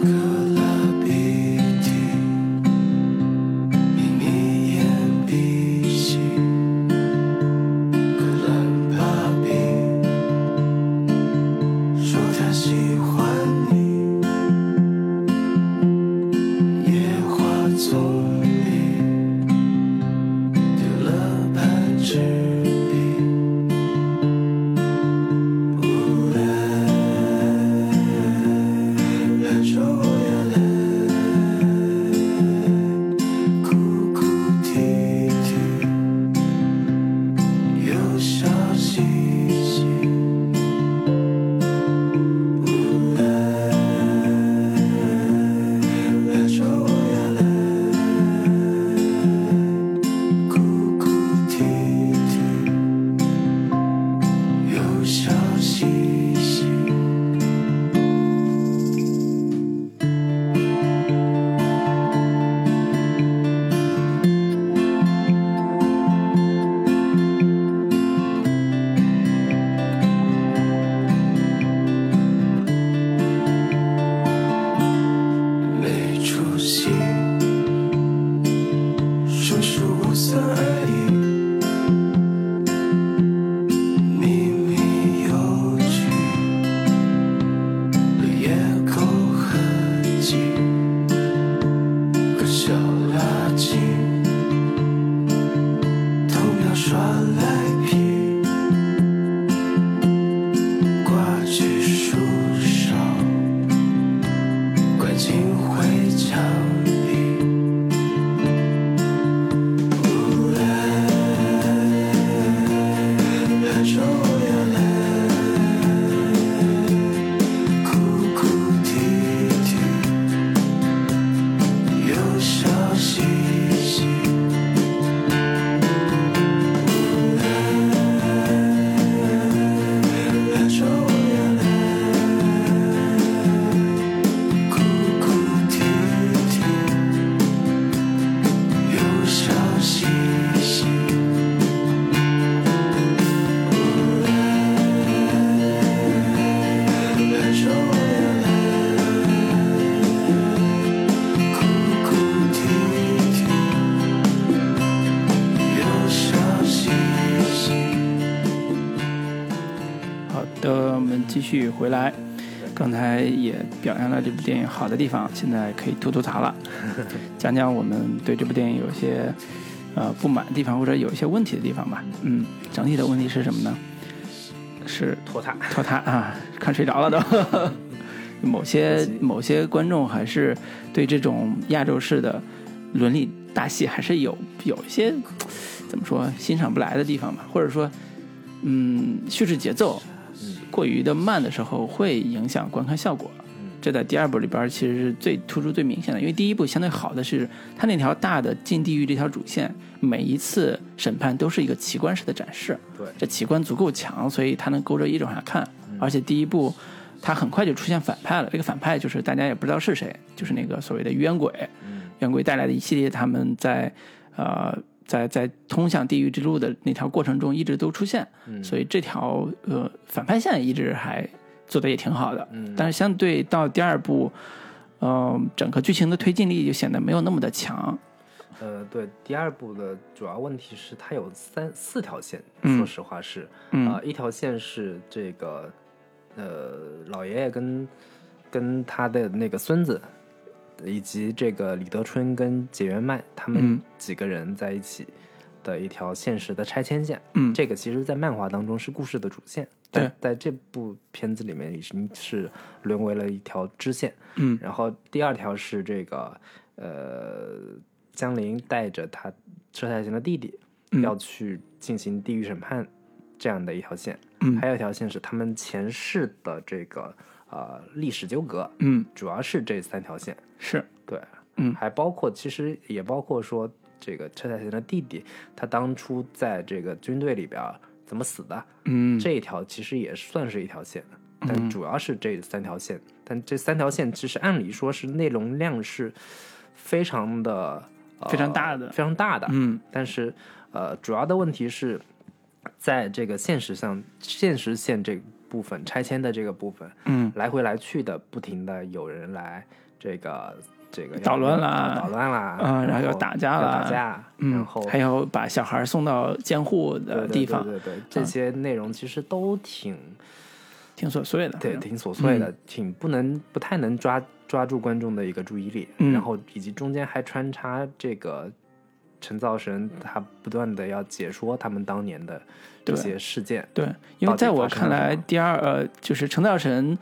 可拉鼻涕，眯眯眼鼻息。可兰帕比，说他喜欢你。野花丛里。丢了半支笔。来找我眼泪，哭哭啼啼，又笑嘻嘻。来找我眼泪。哭哭啼啼，又笑嘻嘻。没出息。世事无三二一，秘密有趣，绿叶口痕迹，可小垃圾，偷秒耍赖皮，挂起树梢，关进灰墙里。来找我眼泪，哭哭啼啼，又笑嘻嘻。来找我眼泪，哭哭啼啼，又笑嘻嘻。来找我眼泪，哭哭啼啼，又笑嘻嘻。好的，我们继续回来。刚才也表扬了这部电影好的地方，现在可以吐吐 *laughs* 槽了，讲讲我们对这部电影有些呃不满的地方，或者有一些问题的地方吧。嗯，整体的问题是什么呢？是拖沓，拖沓啊， *laughs* 看睡着了 *laughs* 都。某些某些观众还是对这种亚洲式的伦理大戏还是有有一些怎么说欣赏不来的地方吧，或者说，嗯，叙事节奏嗯过于的慢的时候，会影响观看效果。这在第二部里边其实是最突出、最明显的，因为第一部相对好的是它那条大的进地狱这条主线，每一次审判都是一个奇观式的展示。对这奇观足够强，所以它能勾着一直往下看。而且第一部它很快就出现反派了，这个反派就是大家也不知道是谁，就是那个所谓的冤鬼。嗯冤鬼带来的一系列他们在呃在在通向地狱之路的那条过程中一直都出现，嗯所以这条嗯呃反派线一直还做的也挺好的。但是相对到第二部，呃，整个剧情的推进力就显得没有那么的强。呃，对，第二部的主要问题是它有三四条线，嗯说实话是，嗯呃，一条线是这个，呃，老爷爷跟跟他的那个孙子，以及这个李德春跟解元迈他们嗯几个人在一起的一条现实的拆迁线。嗯这个其实，在漫画当中是故事的主线，对但在这部片子里面已经是沦为了一条支线。嗯然后第二条是这个呃，江林带着他车太贤的弟弟、嗯要去进行地狱审判这样的一条线，嗯还有一条线是他们前世的这个呃历史纠葛，嗯，主要是这三条线，是对，嗯还包括其实也包括说这个车太贤的弟弟他当初在这个军队里边儿怎么死的，嗯这一条其实也算是一条线，但主要是这三条线。但这三条线其实按理说是内容量是非常的、呃非常大的非常大的。嗯但是呃，主要的问题是在这个现实上，现实线这部分拆迁的这个部分，嗯来回来去的，不停的有人来这个这个要捣乱啦捣乱啦，啊然后要要打架啦打架，然嗯后，还有把小孩送到监护对的对地方，嗯对对对，这些内容其实都挺。挺琐碎的。对，挺琐碎嗯的，挺不能不太能抓抓住观众的一个注意力，嗯然后以及中间还穿插这个陈造神他不断的要解说他们当年的这对些事件，对，因为在我看到底发生了来什么，第二呃，就是陈道神，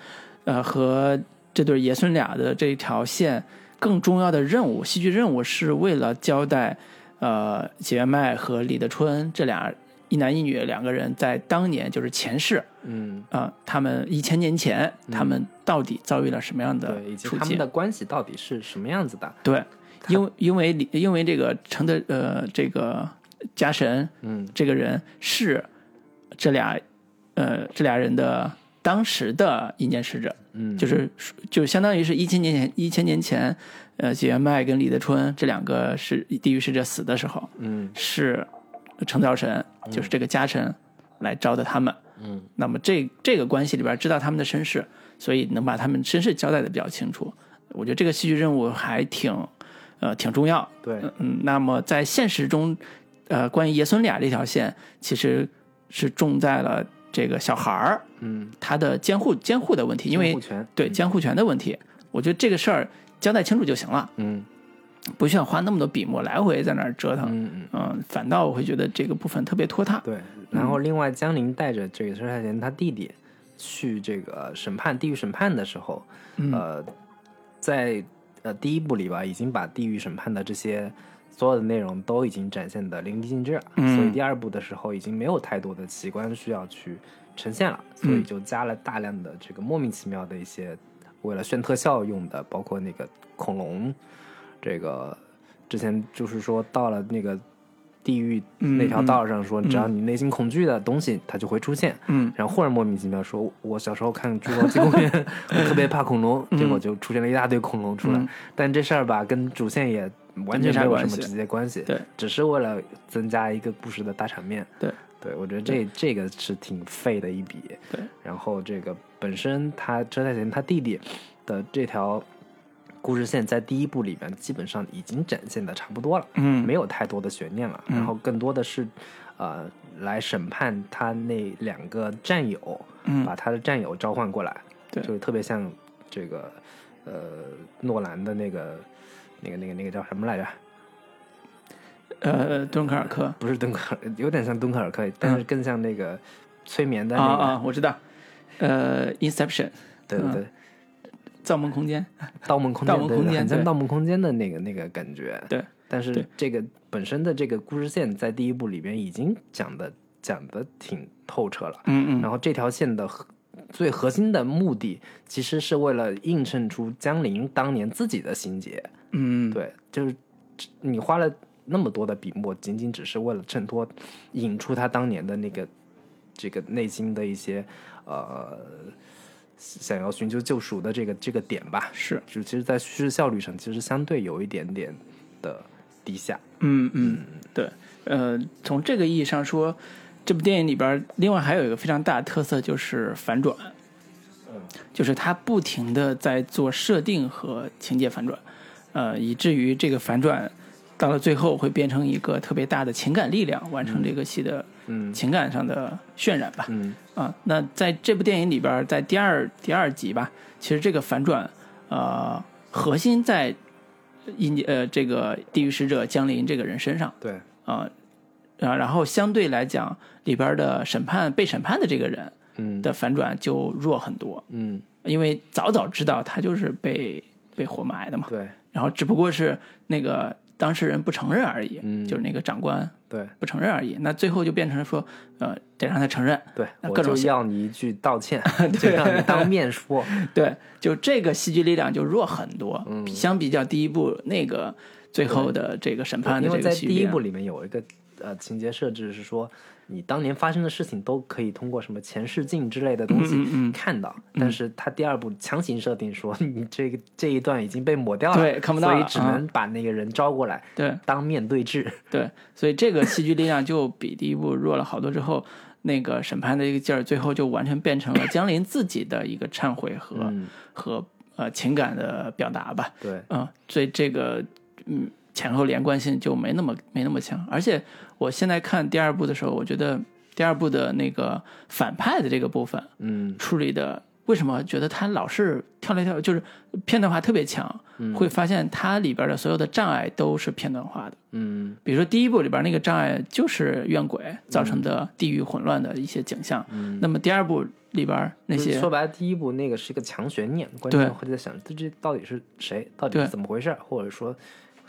呃和这对爷孙俩的这条线更重要的任务，戏剧任务是为了交代，呃，解元迈和李德春这俩一男一女两个人在当年就是前世嗯，啊、呃他们一千年前他们到底遭遇了什么样的对，以及处他们境？的关系到底是什么样子的，对，因为因为李因为这个陈的呃这个家神嗯这个人是这俩呃这俩人的当时的阴间使者，嗯，就是就相当于是一千年前一千年前，呃，解元迈跟李德春这两个是地狱使者死的时候，嗯是成道神，就是这个家神来招的他们。嗯，那么这这个关系里边知道他们的身世，所以能把他们身世交代的比较清楚。我觉得这个戏剧任务还挺，呃，挺重要。对嗯，嗯，那么在现实中，呃，关于爷孙俩这条线，其实是重在了这个小孩儿嗯，他的监护监护的问题，因为护权，嗯对监护权的问题，我觉得这个事儿交代清楚就行了，嗯不需要花那么多笔墨来回在那儿折腾。嗯嗯。嗯，反倒我会觉得这个部分特别拖沓。对，然后另外江林带着这个佘太贤他弟弟去这个审判地狱审判的时候，呃，在呃第一部里吧，已经把地狱审判的这些所有的内容都已经展现的淋漓尽致了，所以第二部的时候已经没有太多的奇观需要去呈现了，所以就加了大量的这个莫名其妙的一些为了炫特效用的，包括那个恐龙，这个之前就是说到了那个。地狱那条道上说，只要你内心恐惧的东西，它就会出现。嗯，然后忽然莫名其妙说，我小时候看《侏罗纪公园》， *laughs* 我特别怕恐龙，结果就出现了一大堆恐龙出来。 *laughs* 但这事儿吧，跟主线也完嗯全没有什么直接关系，对，只是为了增加一个故事的大场面。对，对，我觉得这这个是挺废的一笔。对，然后这个本身他车太贤他弟弟的这条故事线，在第一部里面基本上已经展现的差不多了，嗯没有太多的悬念了，然后更多的是呃来审判他那两个战友，嗯把他的战友召唤过来，对就是特别像这个呃诺兰的那个那个那个那个叫什么来着？呃，敦刻尔克不是敦刻尔，有点像敦刻尔克，但是更像那个催眠的嗯啊嗯那个，啊，我知道，呃，《Inception》对对对，造梦空间， 《盗梦空间》盗梦对空对间很像《对盗梦空间》的那个那个感觉。对，但是对这个本身的这个故事线在第一部里边已经讲的讲的挺透彻了，嗯然后这条线的核最核心的目的其实是为了映衬出江林当年自己的心结，嗯，对，就是你花了那么多的笔墨，仅仅只是为了衬托、引出他当年的那个这个内心的一些呃想要寻求救赎的这个这个点吧。是，就其实，在叙事效率上，其实相对有一点点的低下。嗯嗯，对，呃，从这个意义上说，这部电影里边儿另外还有一个非常大的特色就是反转，就是他不停的在做设定和情节反转，呃，以至于这个反转到了最后会变成一个特别大的情感力量，完成这个戏的情感上的渲染吧。嗯啊，那在这部电影里边儿，在第二第二集吧，其实这个反转，呃，核心在印呃这个地狱使者江林这个人身上对，啊，啊，然后相对来讲，里边儿的审判被审判的这个人嗯的反转就弱很多，嗯因为早早知道他就是被被活埋的嘛，对然后只不过是那个当事人不承认而已，嗯就是那个长官对不承认而已，那最后就变成了说，呃，得让他承认， *laughs* 对，那我各种就想要你一句 *laughs* 道歉，就让你当面说，对，就这个戏剧力量就弱很多，嗯比相比较第一部那个最后的这个审判的因啊这为个在戏第剧力一量部里面有一个呃情节设置是说，你当年发生的事情都可以通过什么前视镜之类的东嗯西看到，但是他第二部强行设定说你这个这一段已经被抹掉了，对看不到所以了只嗯能把那个人招过来对当面对质。对，所以这个戏剧力量就比第一部弱了好多。之后那个审判的一个劲儿，最后就完全变成了江林自己的一个忏悔和、嗯和呃情感的表达吧。对，嗯，所以这个嗯前后连贯性就没那么没那么强。而且我现在看第二部的时候，我觉得第二部的那个反派的这个部分，嗯处理的，为什么觉得他老是跳来跳，就是片段化特别强？会发现它里边的所有的障碍都是片段化的。嗯比如说第一部里边那个障碍就是怨鬼造成的地狱混乱的一些景象，那么第二部里边那嗯就是些说白了，第一部那个是一个强悬念，观对众会在想这这到底是谁，到底对是怎么回事儿，或者说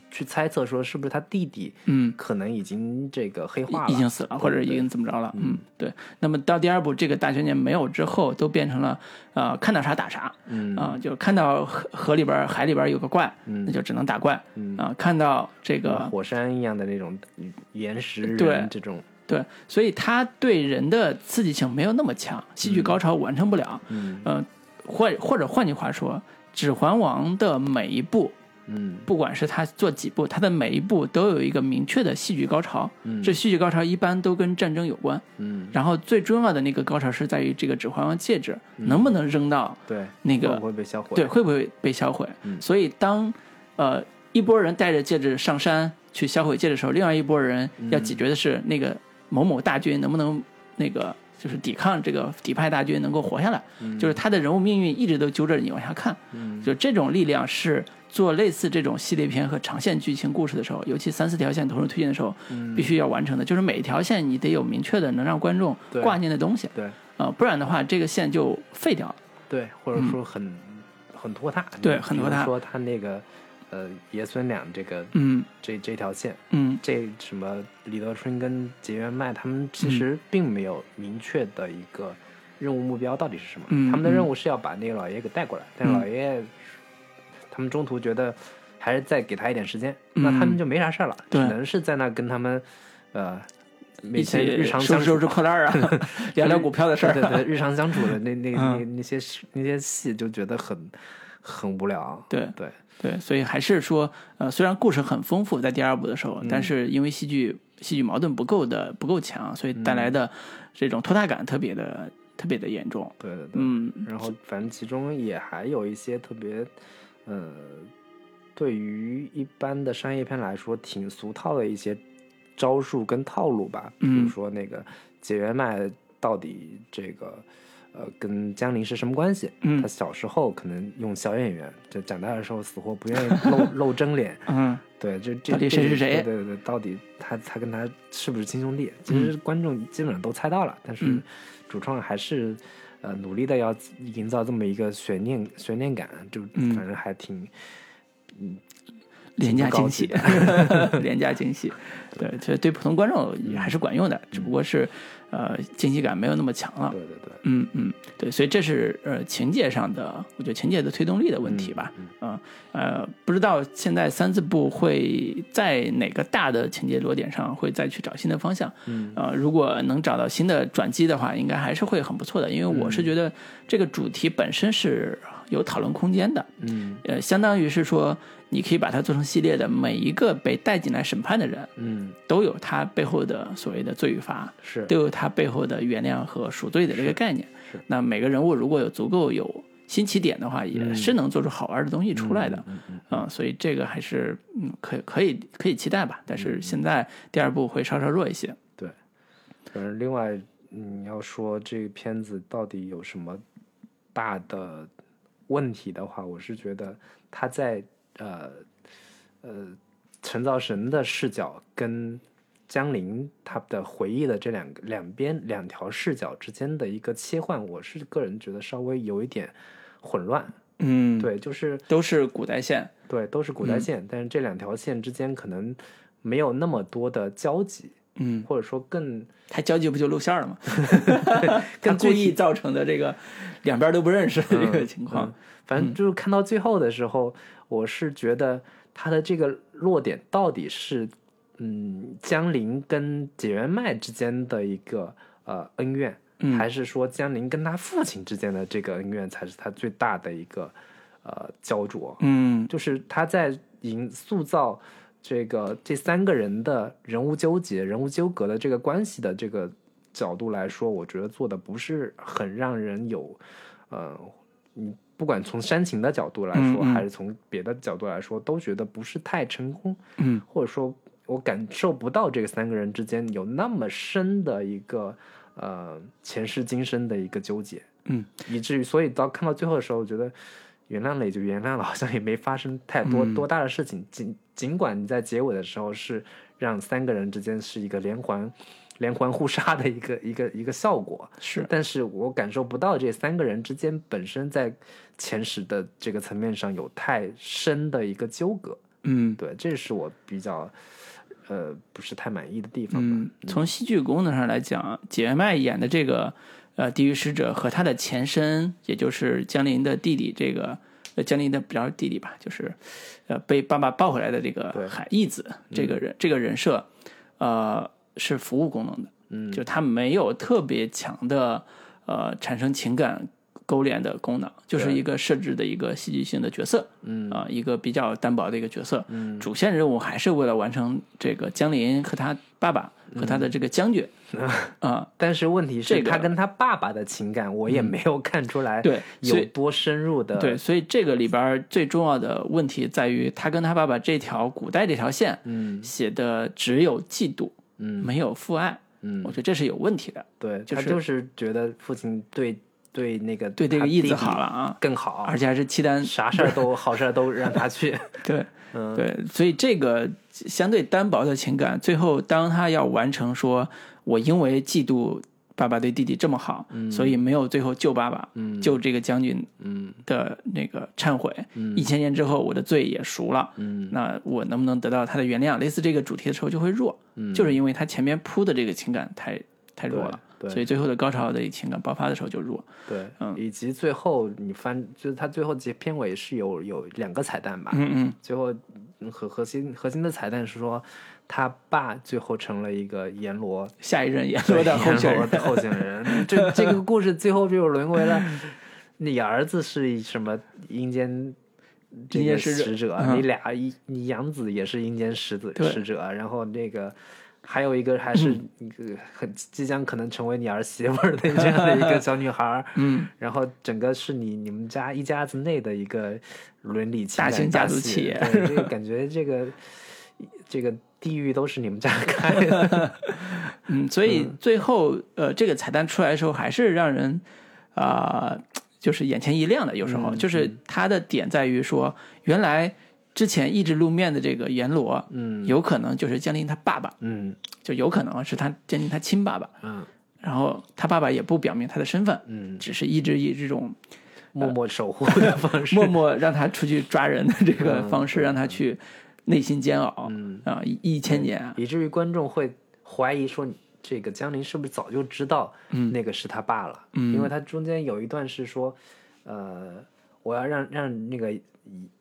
去猜测说是不是他弟弟，嗯，可能已经这个黑化了，已经死了，或者已经怎么着了，嗯，对。那么到第二部这个大悬念没有之后，都变成了呃看到啥打啥，嗯啊、就看到河河里边海里边有个怪，那就只能打怪，啊、嗯看到这个火山一样的那种嗯岩石对人这种，对，所以它对人的刺激性没有那么强，戏剧高潮完成不了。嗯呃，或或者换句话说，《指环王》的每一部，嗯不管是它做几部，它的每一部都有一个明确的戏剧高潮。这戏剧高潮一般都跟战争有关。嗯，然后最重要的那个高潮是在于这个《指环王》戒指能不能扔到对，那个会不会被嗯销毁，对，会不会被销毁？所以当呃一拨人带着戒指上山去销毁戒指的时候，另外一拨人要解决的是那个某某大军能不能那个就是抵抗这个底派大军能够活下来，嗯就是他的人物命运一直都揪着你往下看。就这种力量是做类似这种系列片和长线剧情故事的时候，尤其三四条线同时推进的时候，嗯必须要完成的，就是每一条线你得有明确的能让观众呃对挂念的东西。对呃，不然的话，这个线就废掉了。对，或者说很很拖沓，嗯对你很比拖如沓说他那个呃爷孙俩这个嗯这这条线，嗯，这什么李德春跟结元麦，他们其实并没有明确的一个任务目标到底是什么。嗯他们的任务是要把那个老爷爷给带过来，但是老爷爷、他们中途觉得还是再给他一点时间，那他们就没啥事儿了，嗯对只能是在那跟他们呃每一起天日常收相拾处收拾破烂儿 *laughs* 啊，聊聊股票的事儿、啊。 *laughs* 嗯对对对，日常相处的那那那那些那些戏就觉得很很无聊。对对，对所以还是说，呃，虽然故事很丰富，在第二部的时候，但是因为戏剧戏剧矛盾不够的不够强，所以带来的这种拖沓感特别的特别的严重。对对对，嗯，然后反正其中也还有一些特别，呃，对于一般的商业片来说挺俗套的一些招数跟套路吧，比如嗯说那个解元麦到底这个。呃，跟江林是什么关系？嗯他小时候可能用小演员，就长大的时候死活不愿意露 *laughs* 露真脸，嗯，对，这这到底谁这是谁对对对，到底他他跟他是不是亲兄弟？其实观众基本上都猜到了，但是嗯主创还是呃努力的要营造这么一个悬念悬念感，就嗯反正还挺廉价惊喜 *laughs* 挺，廉价惊喜。对，嗯其实对普通观众也还是管用的，只不过是呃惊喜感没有那么强了。对对对，嗯嗯，对，所以这是呃情节上的，我觉得情节的推动力的问题吧。嗯呃，不知道现在三字部会在哪个大的情节落点上会再去找新的方向。嗯，呃，如果能找到新的转机的话，应该还是会很不错的，因为我是觉得这个主题本身是有讨论空间的。嗯呃，相当于是说，你可以把它做成系列的，每一个被带进来审判的人，嗯，都有他背后的所谓的罪与罚，是都有他背后的原谅和赎罪的这个概念是。那每个人物如果有足够有新起点的话，也是能做出好玩的东西出来的。嗯嗯嗯，所以这个还是嗯，可可以可以期待吧。但嗯是现在第二部会稍稍弱一些。对。反正呃另外，你要说这个片子到底有什么大的问题的话，我是觉得他在呃呃陈造神的视角跟江林他的回忆的这两个两边两条视角之间的一个切换，我是个人觉得稍微有一点混乱。嗯，对，就是都是古代线。对，都是古代线，但是这两条线之间可能没有那么多的交集，嗯，或者说更他交集不就露馅儿 *laughs* 了吗？他更具故意体造成的这个两边都不认识 *laughs* 的嗯这个情况。反正就是看到最后的时候，我是觉得他的这个落点到底是，嗯，江林跟解元迈之间的一个呃恩怨，还是说江林跟他父亲之间的这个恩怨才是他最大的一个呃焦灼？嗯就是他在营塑造这个这三个人的人物纠结、人物纠葛的这个关系的这个角度来说，我觉得做的不是很让人有，呃，你不管从煽情的角度来说，嗯嗯还是从别的角度来说，都觉得不是太成功，嗯，或者说我感受不到这个三个人之间有那么深的一个。呃，前世今生的一个纠结，嗯，以至于所以到看到最后的时候，我觉得原谅了也就原谅了，好像也没发生太多、嗯多大的事情。尽尽管你在结尾的时候是让三个人之间是一个连环连环互杀的一个一个一个效果，是但是我感受不到这三个人之间本身在前十的这个层面上有太深的一个纠葛。嗯。对，这是我比较呃不是太满意的地方吧。嗯，从戏剧功能上来讲，解元迈演的这个呃地狱使者和他的前身，也就是江林的弟弟，这个呃江林的不叫弟弟吧，就是呃被爸爸抱回来的这对个海义子这个人、这个人设，呃是服务功能的，嗯，就他没有特别强的呃产生情感勾连的功能，就是对一个设置的一个戏剧性的角色，嗯啊、一个比较单薄的一个角色，嗯，主线任务还是为了完成这个江林和他爸爸嗯和他的这个将军，啊、但是问题是，这个嗯他跟他爸爸的情感，我也没有看出来对所有以多深入的对，所以这个里边儿最重要的问题在于他跟他爸爸这条古代这条线，嗯，写的只有嫉妒，嗯，没有父爱，嗯，我觉得这是有问题的，对，就他是就是觉得父亲对对那个对这他个意子弟弟好了啊，更好，而且还是契丹啥事儿都好事儿都让他去。 *laughs* 对，嗯对，所以这个相对单薄的情感，最后当他要完成说，我因为嫉妒爸爸对弟弟这么好，所以没有最后救爸爸，救这个将军嗯的那个忏悔，一千年之后我的罪也赎了，嗯那我能不能得到他的原谅？类似这个主题的时候就会弱，嗯就是因为他前面铺的这个情感太太弱了，对对所以最后的高潮的情感爆发的时候就弱，对，嗯以及最后你翻，就是他最后结片尾是有有两个彩蛋吧？嗯嗯，最后嗯核核心核心的彩蛋是说，他爸最后成了一个阎罗下一任阎罗 *laughs* 的候选人，的候 *laughs* 选人。这这个故事最后就沦为了，你儿子是什么阴间这阴间个使者使者，嗯你俩一你养子也是阴间使子对嗯使者，然后那个。还有一个还是一个很即将可能成为你儿媳妇儿的这样的一个小女孩儿， *laughs* 嗯，然后整个是你你们家一家子内的一个伦理情大感型家族戏企业对这个感觉这个这个地狱都是你们家开的， *laughs* 嗯，所以最后呃，这个彩蛋出来的时候，还是让人啊、就是眼前一亮的。有时嗯候、就是它的点在于说，原来之前一直露面的这个阎罗，嗯，有可能就是江林他爸爸，嗯就有可能是他江林他亲爸爸。嗯然后他爸爸也不表明他的身份，嗯，只是一直以这种默默守护的方式，呃默 *laughs* 默让他出去抓人的这个嗯方式，让他去内心煎熬，嗯啊、一一千年啊，以至于观众会怀疑说，这个江林是不是早就知道嗯那个是他爸了？因为他中间有一段是说，呃，我要让让那个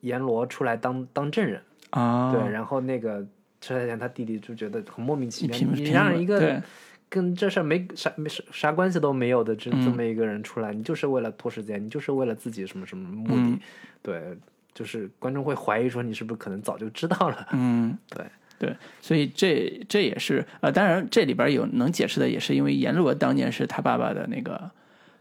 阎罗出来当当证人，啊对，然后那个车太贤他弟弟就觉得很莫名其你妙，凭你凭什让么一对个跟这事儿没啥没啥啥关系都没有的这嗯这么一个人出来，你就是为了拖时间，你就是为了自己什么什么目的，嗯对，就是观众会怀疑说你是不是可能早就知道了，嗯，对，对，所以这这也是呃，当然这里边有能解释的，也是因为阎罗当年是他爸爸的那个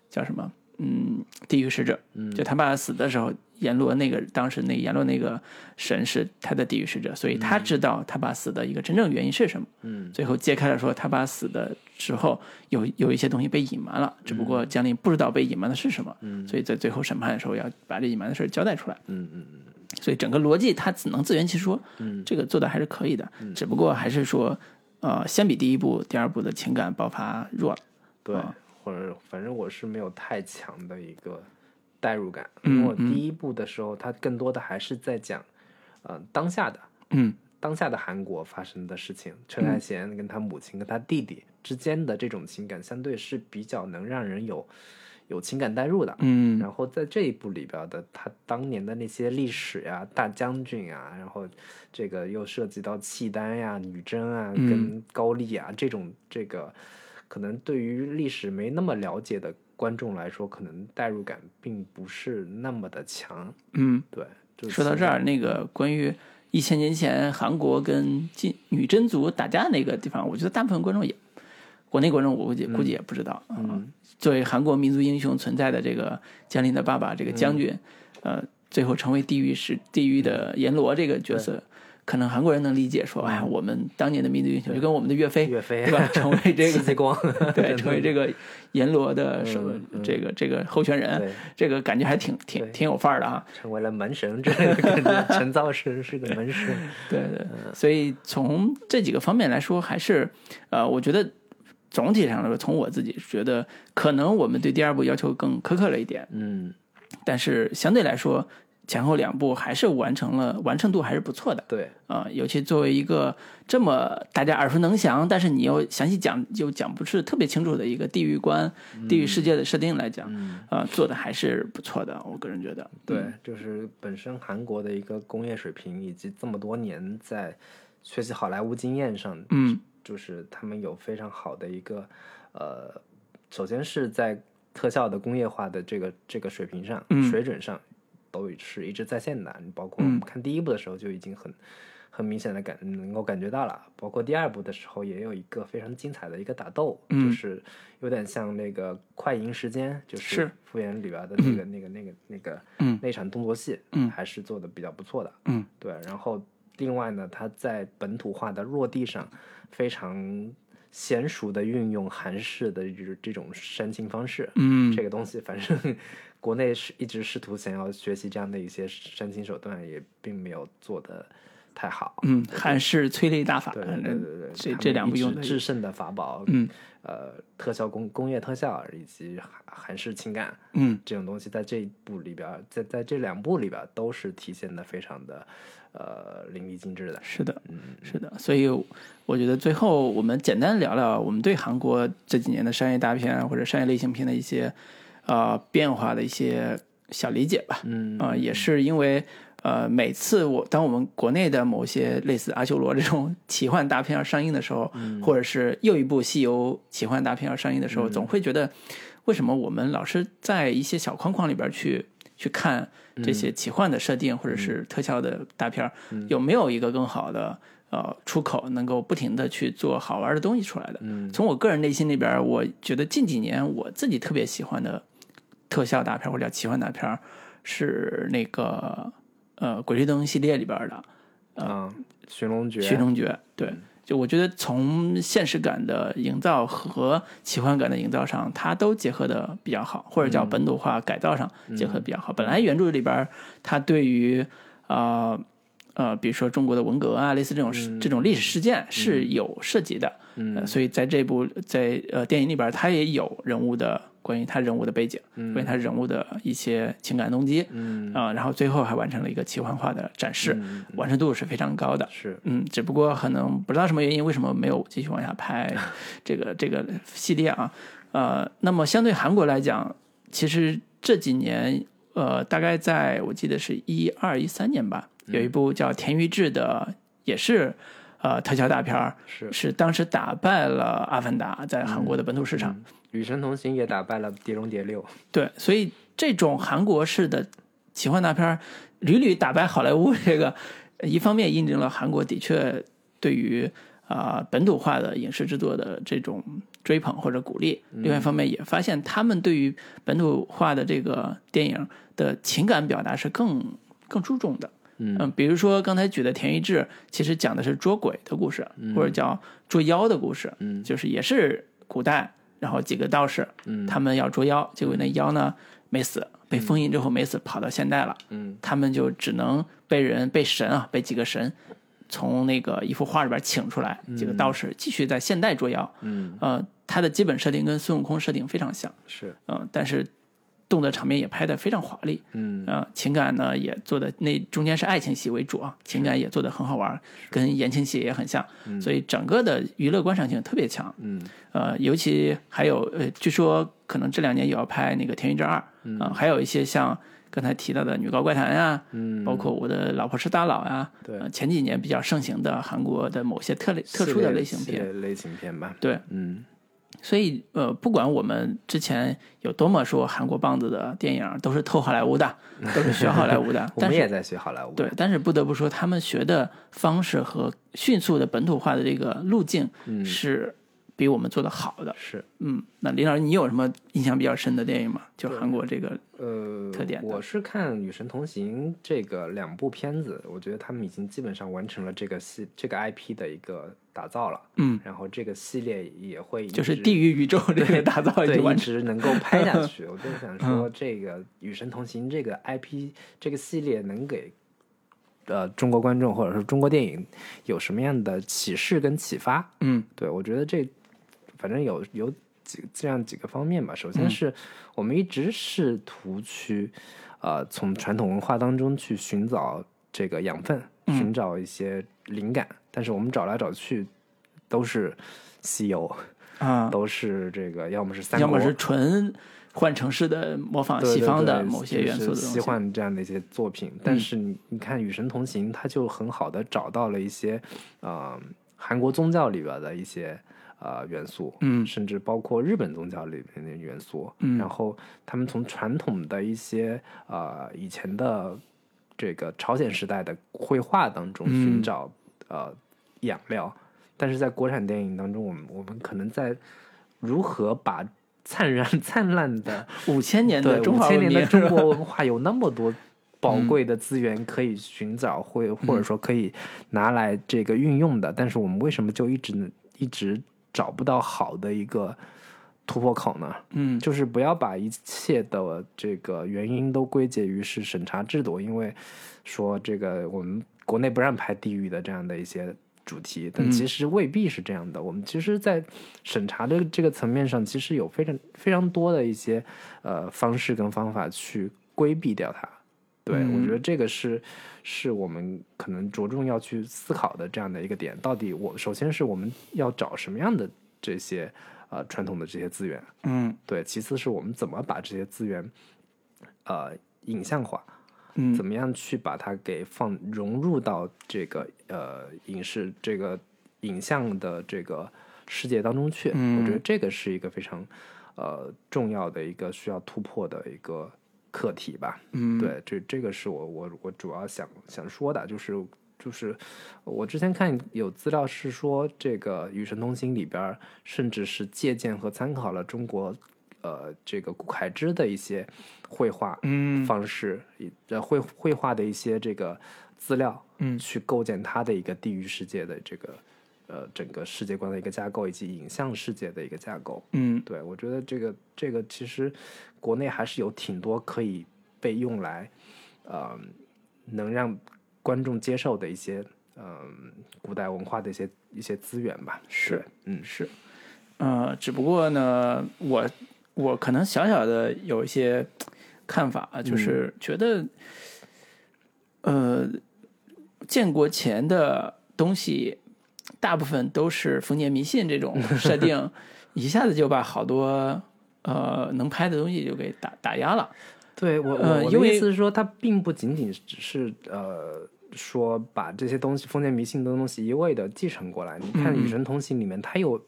叫什么？嗯，地狱使者。嗯，就他爸爸死的时候，阎罗那个当时那阎罗那个神是他的地狱使者，所以他知道他爸死的一个真正原因是什么。嗯，最后揭开了说他爸死的时候有有一些东西被隐瞒了，只不过江林不知道被隐瞒的是什么。嗯，所以在最后审判的时候要把这隐瞒的事儿交代出来。嗯嗯嗯，所以整个逻辑它只能自圆其说，嗯这个做的还是可以的，只不过还是说，呃，相比第一部、第二部的情感爆发弱了，对，啊或者反正我是没有太强的一个代入感，嗯因为我第一部的时候，它更多的还是在讲，呃，当下的嗯当下的韩国发生的事情，车太贤跟他母亲跟他弟弟之间的这种情感，相对是比较能让人有有情感代入的。嗯然后在这一部里边的他当年的那些历史呀、大将军啊，然后这个又涉及到契丹呀、女真啊、嗯跟高丽啊这种这个，可能对于历史没那么了解的观众来说，可能代入感并不是那么的强。嗯。对，就是说到这儿，那个关于一千年前韩国跟金女真族打架那个地方，我觉得大部分观众也，国内观众我估计估计也不知道啊、作为韩国民族英雄存在的这个江林的爸爸这个将军，呃，最后成为地狱使地狱的阎罗这个角色，可能韩国人能理解说，哎呀，我们当年的民族英雄就跟我们的岳飞，岳飞对 *laughs* 吧？成为这 *laughs* 戚个继光， *laughs* 对，成为这个阎罗的什么嗯嗯这个这个候选人 *laughs* 对，这个感觉还挺对挺挺有范儿的啊哈。成为了门神之类的感觉，陈造神是个门神。对对，嗯所以从这几个方面来说，还是呃，我觉得总体上来说，从我自己觉得，可能我们对第二部要求更苛刻了一点， *laughs* 嗯，但是相对来说，前后两部还是完成了完成度还是不错的对，啊、呃尤其作为一个这么大家耳熟能详，但是你又详细讲又讲不是特别清楚的一个地域观、嗯地域世界的设定来讲，呃，做的还是不错的，我个人觉得。对，就是本身韩国的一个工业水平，以及这么多年在学习好莱坞经验上，嗯就是他们有非常好的一个，呃，首先是在特效的工业化的这个这个水平上、嗯水准上，都是一直在线的。你包括我嗯们看第一部的时候就已经很。很明显的感能够感觉到了，包括第二部的时候也有一个非常精彩的一个打斗，嗯就是有点像那个快银时间，就是是复原里边的那个、那个那个那个嗯那场动作戏，嗯还是做的比较不错的，嗯，对。然后另外呢，它在本土化的落地上非常娴熟的运用韩式的这这种煽情方式，嗯这个东西反正 *laughs* 国内是一直试图想要学习这样的一些煽情手段，也并没有做的太好，嗯，汉式催泪大法，对反对正对对，这他这们两一部用直的制胜的法宝，嗯，呃，特效工工业特效以及韩韩式情感，嗯，这种东西在这一部里边儿，在在这两部里边儿都是体现的非常的呃淋漓尽致的。嗯是的，是的，所以我觉得最后我们简单聊聊我们对韩国这几年的商业大片啊或者商业类型片的一些呃变化的一些小理解吧。嗯啊、也是因为呃，每次我当我们国内的某些类似《阿修罗》这种 *laughs* 奇幻大片要上映的时候，或者是又一部西游奇幻大片要上映的时候，总会觉得为什么我们老是在一些小框框里边去去看这些奇幻的设定、或者是特效的大片儿，有没有一个更好的？呃，出口能够不停的去做好玩的东西出来的。从我个人内心里边儿，我觉得近几年我自己特别喜欢的特效大片儿或者叫奇幻大片儿，是那个呃《鬼吹灯》系列里边儿的啊，寻龙诀， 《寻龙诀》。对，嗯就我觉得从现实感的营造和奇幻感的营造上，它都结合的比较好，或者叫本土化改造上结合得比较好。本来原著里边儿，它对于啊呃比如说中国的文革啊，类似这种事、这种历史事件是有涉及的。嗯、所以在这部在呃电影里边儿，它也有人物的关于他人物的背景，关于他人物的一些情感动机。嗯啊、然后最后还完成了一个奇幻化的展示，完成度是非常高的。嗯是嗯，只不过可能不知道什么原因，为什么没有继续往下拍这个这个系列啊？呃，那么相对韩国来讲，其实这几年，呃，大概在我记得是一二一三年吧，有一部叫田裕志的，也是啊、呃特效大片儿，是是当时打败了《阿凡达》在韩国的本土市场。嗯与神同行》也打败了《碟中谍六》，对，所以这种韩国式的奇幻大片儿屡屡打败好莱坞，这个呃一方面印证了韩国的确对于啊、呃本土化的影视制作的这种追捧或者鼓励，另外一方面也发现他们对于本土化的这个电影的情感表达是更更注重的。嗯，比如说刚才举的田玉志，其实讲的是捉鬼的故事，或者叫捉妖的故事，嗯就是也是古代，然后几个道士，嗯他们要捉妖，结果那妖呢没死，被封印之后没死，跑到现代了，嗯，他们就只能被人被神啊，被几个神从那个一幅画里边请出来，几个道士继续在现代捉妖，嗯，呃，它的基本设定跟孙悟空设定非常像，是，嗯、但是动作场面也拍得非常华丽，嗯呃，情感呢也做的那中间是爱情戏为主啊，情感也做的很好玩儿，跟言情戏也很像，所以整个的娱乐观赏性特别强。嗯，呃，尤其还有呃，据说可能这两年也要拍那个《田园证二》啊，还有一些像刚才提到的《女高怪谈》呀，嗯，包括《我的老婆是大佬》呀，对呃前几年比较盛行的韩国的某些特类特殊的类型系片，列类型片吧，对，嗯所以呃，不管我们之前有多么说韩国棒子的电影都是偷好莱坞 *laughs*，的，都是学好莱坞的我但们是也在学好莱坞，对，但是不得不说，他们学的方式和迅速的本土化的这个路径嗯是比我们做的好的。是，嗯，那林老师，你有什么印象比较深的电影吗？就韩国这个，呃，特点的我是看《与神同行》这个两部片子，我觉得他们已经基本上完成了这个系这个 IP 的一个打造了，嗯，然后这个系列也会一就是直地狱宇宙这个打造已对经完一成。嗯直能够拍下去。我就 *laughs* 想说，这个《与神同行》这个 IP 这个系列能给呃中国观众或者是中国电影有什么样的启示跟启发？嗯，对我觉得这反正有有几这样几个方面吧。首嗯先是我们一直试图去呃从传统文化当中去寻找这个养分，嗯寻找一些灵感，但是我们找来找去都是西游。啊，都是这个，要么是三国，要么是纯换城市的模仿对西对方的对某些就元是素的西东西。嗯幻这样的一些作品。但是你你看《与神同行》，它就很好的找到了一些呃韩国宗教里边的一些呃元素，嗯甚至包括日本宗教里面的元素。嗯然后他们从传统的一些呃以前的这个朝鲜时代的绘画当中嗯寻找、呃养料，但是在国产电影当中，我们我们可能在如何把灿然 *laughs* 灿烂的五千年的对中五华千文年的明， *laughs* 嗯中国文化有那么多宝贵的资源可以寻找，或、或者说可以拿来这个运用的，但是我们为什么就一直一直找不到好的一个突破口呢？嗯就是不要把一切的这个原因都归结于是审查制度，因为说这个我们国内不让拍地域的这样的一些主题，但其实未必是这样的。我们其实，在审查的这个层面上，其实有非常非常多的一些呃方式跟方法去规避掉它。对，我觉得这个是是我们可能着重要去思考的这样的一个点。到底我首先是我们要找什么样的这些呃传统的这些资源，嗯对，其次是我们怎么把这些资源，呃，影像化，嗯怎么样去把它给放融入到这个呃影视这个影像的这个世界当中去？我觉嗯得这个是一个非常呃重要的一个需要突破的一个课题吧。嗯，对，这这个是我我我主要想想说的，就是就是我之前看有资料是说，这个《与神同行》里边儿甚至是借鉴和参考了中国呃这个顾恺之的一些绘画嗯方式，以呃绘绘画的一些这个资料，嗯去构建他的一个地域世界的这个呃整个世界观的一个架构，以及影像世界的一个架构。嗯对，我觉得这个这个其实国内还是有挺多可以被用来，呃，能让观众接受的一些，嗯、古代文化的一些一些资源吧。是对，嗯，是，呃，只不过呢，我我可能小小的有一些看法啊，就是觉得，呃，建国前的东西大部分都是封建迷信这种设定，一下子就把好多呃能拍的东西就给打打压了。对我我呃我因的为意思是说，它并不仅仅只是呃说把这些东西封建迷信的东西一味的继承过来。你看嗯《与神同行》里面，它有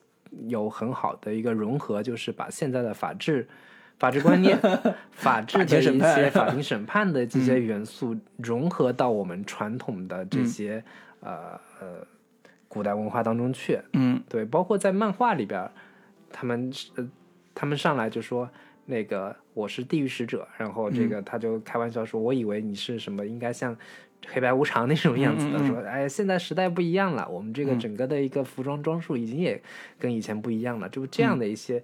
有很好的一个融合，就是把现在的法治、法治 *laughs* 观念、法治的一审判嗯些法庭审判的这些元素融合到我们传统的这些、呃呃古代文化当中去。嗯对，包括在漫画里边儿，他们是、呃、他们上来就说那个我是地狱使者，然后嗯这个他就开玩笑说，我以为你是什么应该像黑白无常那种样嗯子的，说哎，现在时代不一样了，我们这个整个的一个服装装束已经也跟以前不一样了，就嗯这样的一些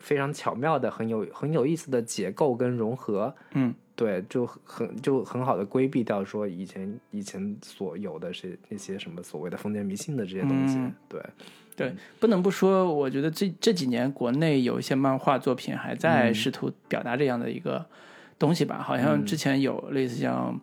非常巧妙的、很有很有意思的结构跟融合，嗯对，就很就很好的规避掉说以前以前所有的是那些什么所谓的封建迷信的这些东西，嗯对。对，不能不说，我觉得这这几年国内有一些漫画作品还在试图表达这样的一个东西吧，好像之前有类似像。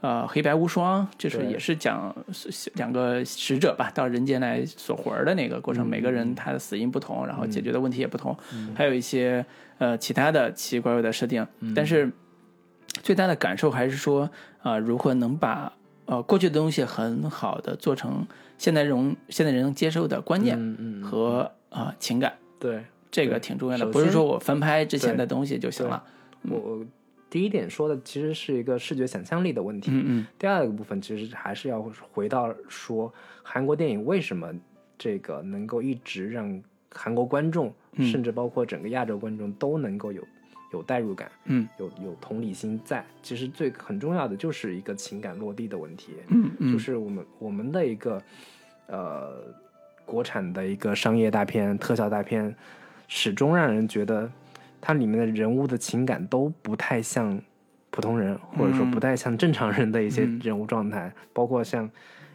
呃，黑白无双就是对也是讲是两个使者吧，到人间来锁魂儿的那个过程，每个人他的死因不同，然后解决的问题也不同，还有一些呃其他的奇奇怪怪的设定。但是最大的感受还是说，啊、如何能把呃过去的东西很好的做成现代人现代人能接受的观念，嗯嗯，嗯和啊、呃情感，对这个挺重要的，首不是先说我翻拍之前对的东西就行了。我我第一点说的其实是一个视觉想象力的问题，嗯嗯第二个部分其实还是要回到说韩国电影为什么这个能够一直让韩国观众，甚至包括整个亚洲观众都能够有有代入感，嗯有有同理心在。其实最很重要的就是一个情感落地的问题，嗯嗯，就是我们我们的一个呃国产的一个商业大片、特效大片，始终让人觉得它里面的人物的情感都不太像普通人，或者说嗯不太像正常人的一些人物状态，包括像。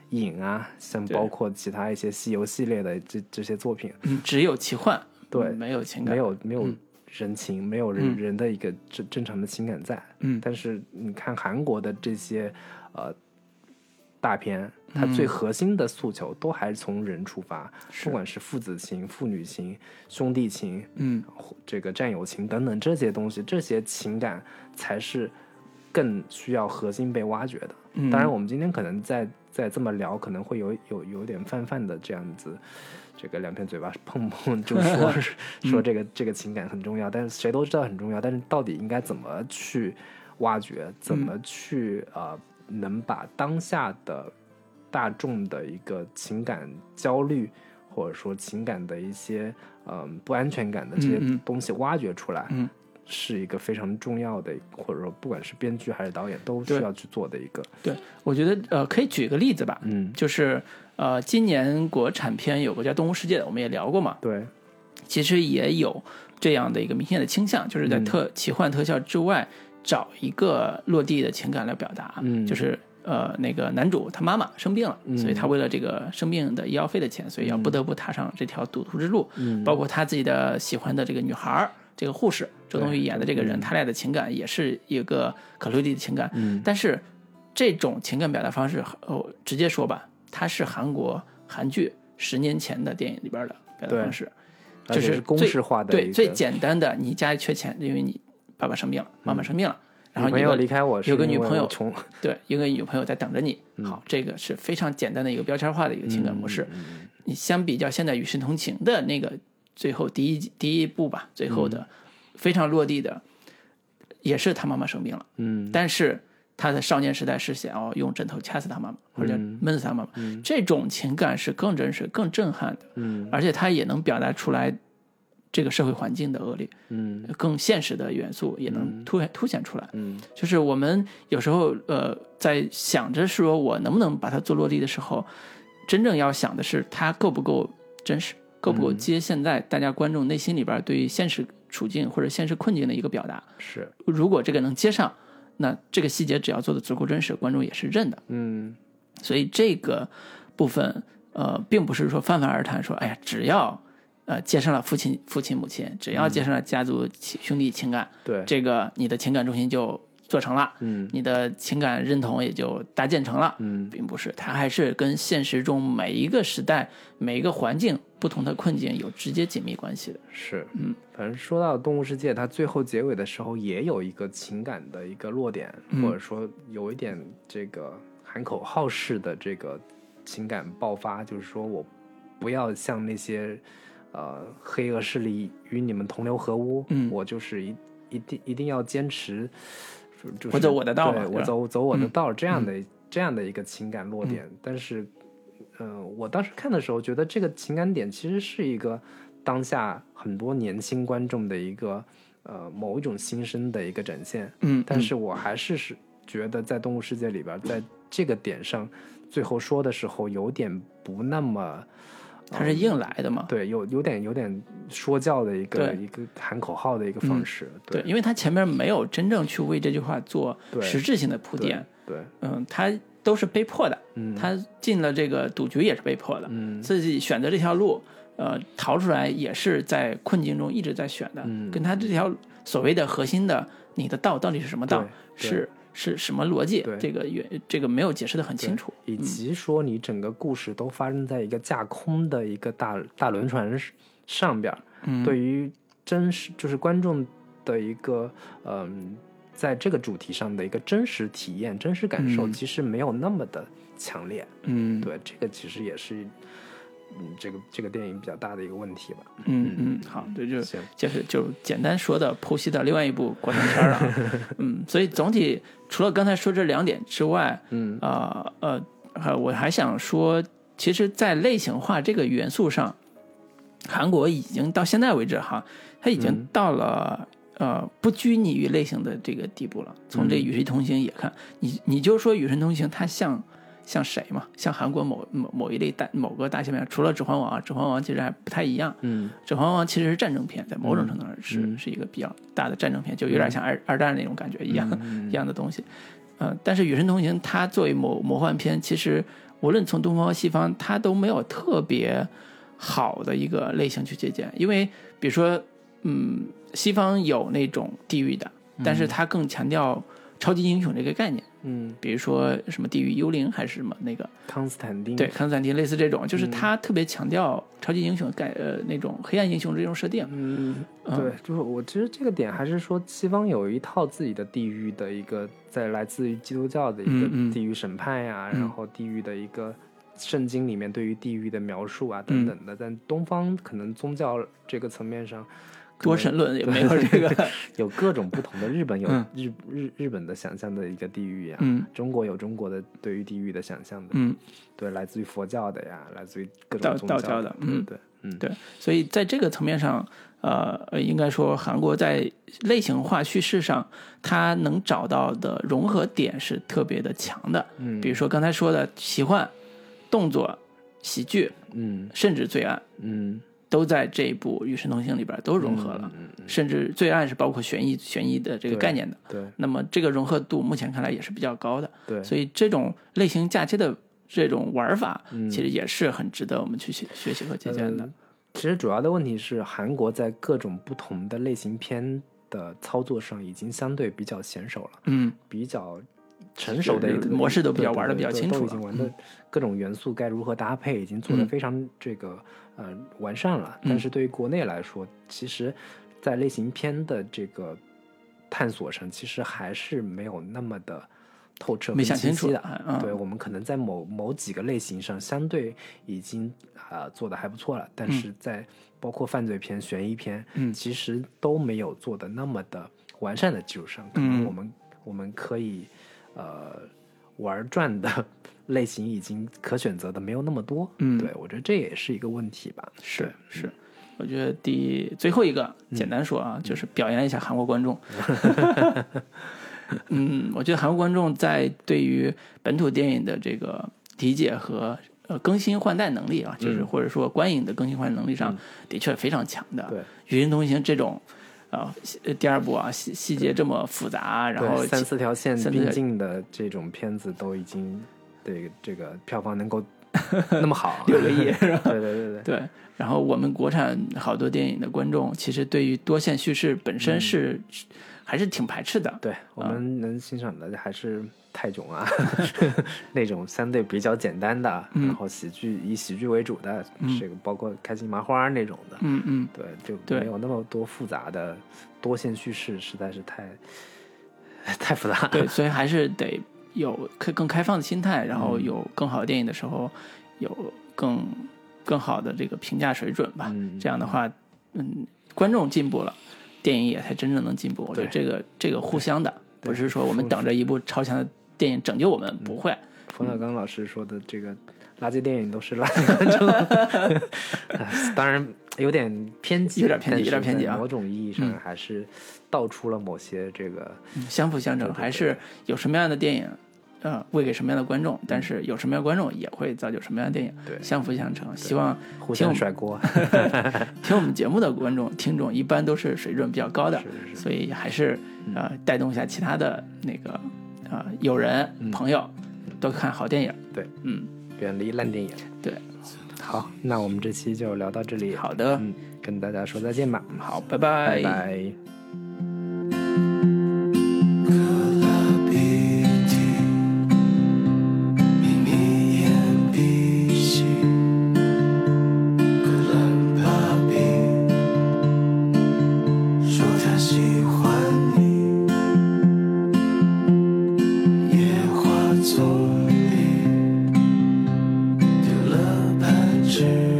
影啊，像对包括其他一些西游系列的这这些作品，嗯只有奇幻，对没有情感，没有没有人情，没有嗯人、人的一个正正常的情感在。嗯但是你看韩国的这些呃大片，嗯它最核心的诉求都还是从人出发，不管是父子情、父女情、兄弟情、嗯或这个战友情等等这些东西，这些情感才是更需要核心被挖掘的。嗯，当然，我们今天可能在在这么聊，可能会有有有点泛泛的这样子，这个两片嘴巴碰碰，就 *laughs* 说说嗯这个这个情感很重要，但是谁都知道很重要，但是到底应该怎么去挖掘，怎嗯么去、呃，能把当下的大众的一个情感焦虑，或者说情感的一些嗯、呃不安全感的这些嗯嗯东西挖掘出来，嗯是一个非常重要的，或者说不管是编剧还是导演都需对要去做的一个。对，我觉得呃，可以举个例子吧，嗯，就是呃，今年国产片有个叫《动物世界》的，我们也聊过嘛，对，其实也有这样的一个明显的倾向，就是嗯在特、奇幻特效之外，找一个落地的情感来表达，嗯就是。呃，那个男主他妈妈生病了，所以他为了这个生病的医药费的钱，所以要不得不踏上这条赌徒之路。嗯包括他自己的喜欢的这个女孩儿，这个护士周冬雨演的这个嗯人，他俩的情感也是一个可落地的情感。但是这种情感表达方式，呃，直接说吧，它是韩国韩剧十年前的电影里边的表达对方式，而就且是是公最式化的一对个最简单的，你家里缺钱，因为你爸爸生病了，妈妈生病了，然后嗯你女朋友有离开我是有个因女为朋我友穷，对，一个女朋友在等着你。嗯好，这个是非常简单的一个标签化的一个情感模式。嗯你相比较现在《与世同情》的那个最后第一集第一部吧，最后的、嗯非常落地的，也是他妈妈生病了，嗯，但是他的少年时代是想要用枕头掐死他妈妈，或者嗯闷死他妈妈，这种情感是更真实、更震撼的，嗯，而且他也能表达出来这个社会环境的恶劣，嗯，更现实的元素也能突凸显出来，嗯，就是我们有时候呃在想着说我能不能把它做落地的时候，真正要想的是它够不够真实，够不够接现在大家观众内心里边对于现实处境或者现实困境的一个表达。是，如果这个能接上，那这个细节只要做的足够真实，观众也是认的。嗯，所以这个部分，呃，并不是说泛泛而谈说，哎呀，只要呃接上了父亲、父亲、母亲，只要接上了家族亲兄弟情感，对，这个你的情感中心就做成了，嗯你的情感认同也就搭建成了。嗯并不是，它还是跟现实中每一个时代、每一个环境不同的困境有直接紧密关系的。是，嗯，反正说到《动物世界》，它最后结嗯尾的时候也有一个情感的一个落点，或者说有一点这个。喊口号式的这个情感爆发，就是说我不要像那些呃黑恶势力与你们同流合污，嗯我就是一一定一定要坚持，就就是我走我的道对嘛对我吧走走我的道，这嗯样的、这样的一个情感落点，但是。嗯、我当时看的时候觉得这个情感点其实是一个当下很多年轻观众的一个呃某一种心声的一个展现。嗯，但是我还是是觉得在《动物世界》里边，在这个点上，最后说的时候有点不那么他是硬来的嘛，对，有有点有点说教的一个对嗯一个喊口号的一个方式。对，对因为他前面没有真正去为这句话做对实质性的铺垫，对，嗯，他都是被迫的，嗯，他进了这个赌局也是被迫的，嗯自己选择这条路，呃，逃出来也是在困境中一直在选的，嗯跟他这条所谓的核心的你的道到底是什么道对，对是是什么逻辑对，这个原这个没有解释的很清楚，嗯以及说你整个故事都发生在一个架空的一个大大轮船上边儿，嗯，对于真实就是观众的一个嗯、在这个主题上的一个真实体验、真实感受，嗯其实没有那么的强烈。嗯，对，这个其实也是嗯这个这个电影比较大的一个问题吧。嗯嗯，好，这就行就是就简单说的剖析的另外一部国产片儿了 *laughs* 啊，嗯，所以总体除了刚才说这两点之外，嗯啊呃呃，我还想说，其实，在类型化这个元素上，韩国已经到现在为止哈，它已经到了、呃不拘泥于类型的这个地步了。从这《与神同行》也看，你你就说《与神同行》，它像像谁嘛？像韩国某某某一类大某个大型片，除了《指环王》，啊《指环王》其实还不太一样。嗯《指环王》其实是战争片，在某种程度上是、是一个比较大的战争片，就有点像二、二战那种感觉一样、嗯一样的东西。呃，但是《与神同行》它作为魔魔幻片，其实无论从东方和西方，它都没有特别好的一个类型去借鉴，因为比如说，嗯，西方有那种地狱的，但是它更强调超级英雄这个概念，嗯，比如说什么地狱幽灵还是什么那个，康斯坦丁对，康斯坦丁类似这种，就是他特别强调超级英雄概呃那种黑暗英雄这种设定。嗯，对，就是我其实这个点还是说，西方有一套自己的地狱的一个，在来自于基督教的一个嗯嗯地狱审判呀、嗯然后地狱的一个圣经里面对于地狱的描述啊嗯等等的，但东方可能宗教这个层面上可多能神论也没有这个，有各种不同的，日本有嗯日日日本的想象的一个地狱呀、嗯中国有中国的对于地狱的想象的，嗯，对，来自于佛教的呀，来自于各道种宗道教教的嗯对对，对，所以在这个层面上，呃，呃应该说韩国在类型化叙事上，它能找到的融合点是特别的强的。嗯比如说刚才说的奇幻、动作、喜剧，嗯甚至罪案，嗯都在这一部《与神同行》里边都融合了，甚至罪案是包括悬疑悬疑的这个对概念的。嗯对那么这个融合度目前看来也是比较高的，对，所以这种类型嫁接的这种玩法，嗯其实也是很值得我们去学学习和借鉴的。其实主要的问题是，韩国在各种不同的类型片的操作上已经相对比较娴熟了，嗯，比较成熟的一个模式都比较玩得对比较对清都楚已经了嗯玩的各种元素该如何搭配，已经做得非常这个呃完善了。嗯但是对于国内来说，其实，在类型片的这个探索上，其实还是没有那么的透彻、没想清楚的。啊，对嗯我们可能在某某几个类型上相对已经啊、呃做的还不错了，但是在包括犯罪片、悬疑片，嗯其实都没有做的那么的完善的基础上，可嗯能我们、我们可以呃玩转的 *laughs* 类型已经可选择的没有那么多，嗯对我觉得这也是一个问题吧，嗯是是。我觉得第最后一个简单说啊，就是表扬一下韩国观 *laughs* 众。嗯，我觉得韩国观众在对于本土电影的这个理解和呃更新换代能力啊，嗯就是或者说观影的更新换代能力上，的确非常强的。对， 《与人同行》这种，啊、呃，第二部啊，细细节这么复杂，然后对三四条线三四条并进的这种片子都已经对这个票房能够 *laughs* 那 *laughs* 么好，六个亿是吧？对对对对。对，然后我们国产好多电影的观众，其实对于多线叙事本身是、还是挺排斥的。嗯对我们能欣赏的还是泰 *laughs* 囧啊， *laughs* 那种相对比较简单的，嗯然后喜剧以喜剧为主的，这个包括开心麻花那种的，嗯嗯，对，就对没有那么多复杂的 *laughs* 多线叙事，实在是太太复杂了。 *laughs* 对，所以还是得有开更开放的心态，然嗯后有更好的电影的时候，有更更好的这个评价水准吧。嗯这样的话，嗯，观众进步了，电影也才真正能进步。我觉得这个这个互相的，不是说我们等着一部超强的电影拯救我嗯们，不会。冯小刚老师说的这个垃圾电影都是垃圾观众， *laughs* 哎 *laughs* 当然有点偏激，有点偏激但是有点偏激啊在某种意义上还是道出了某些这个相辅相成，还是有什么样的电影，呃，喂给什么样的观众，嗯但是有什么样的观众也会造就什么样的电影，对相辅相成。希望互听我相们甩锅。听我们节目的观众听众一般都是水准比较高的，是是所以还是呃带动一下其他的那个呃友人、朋友多看好电影。嗯对，嗯，远离烂电影。对，好，那我们这期就聊到这里。，好的，嗯，跟大家说再见吧。好，拜拜。可乐鼻涕，眯眯眼鼻息，格兰帕比，说他喜欢你。野花丛里丢了半只。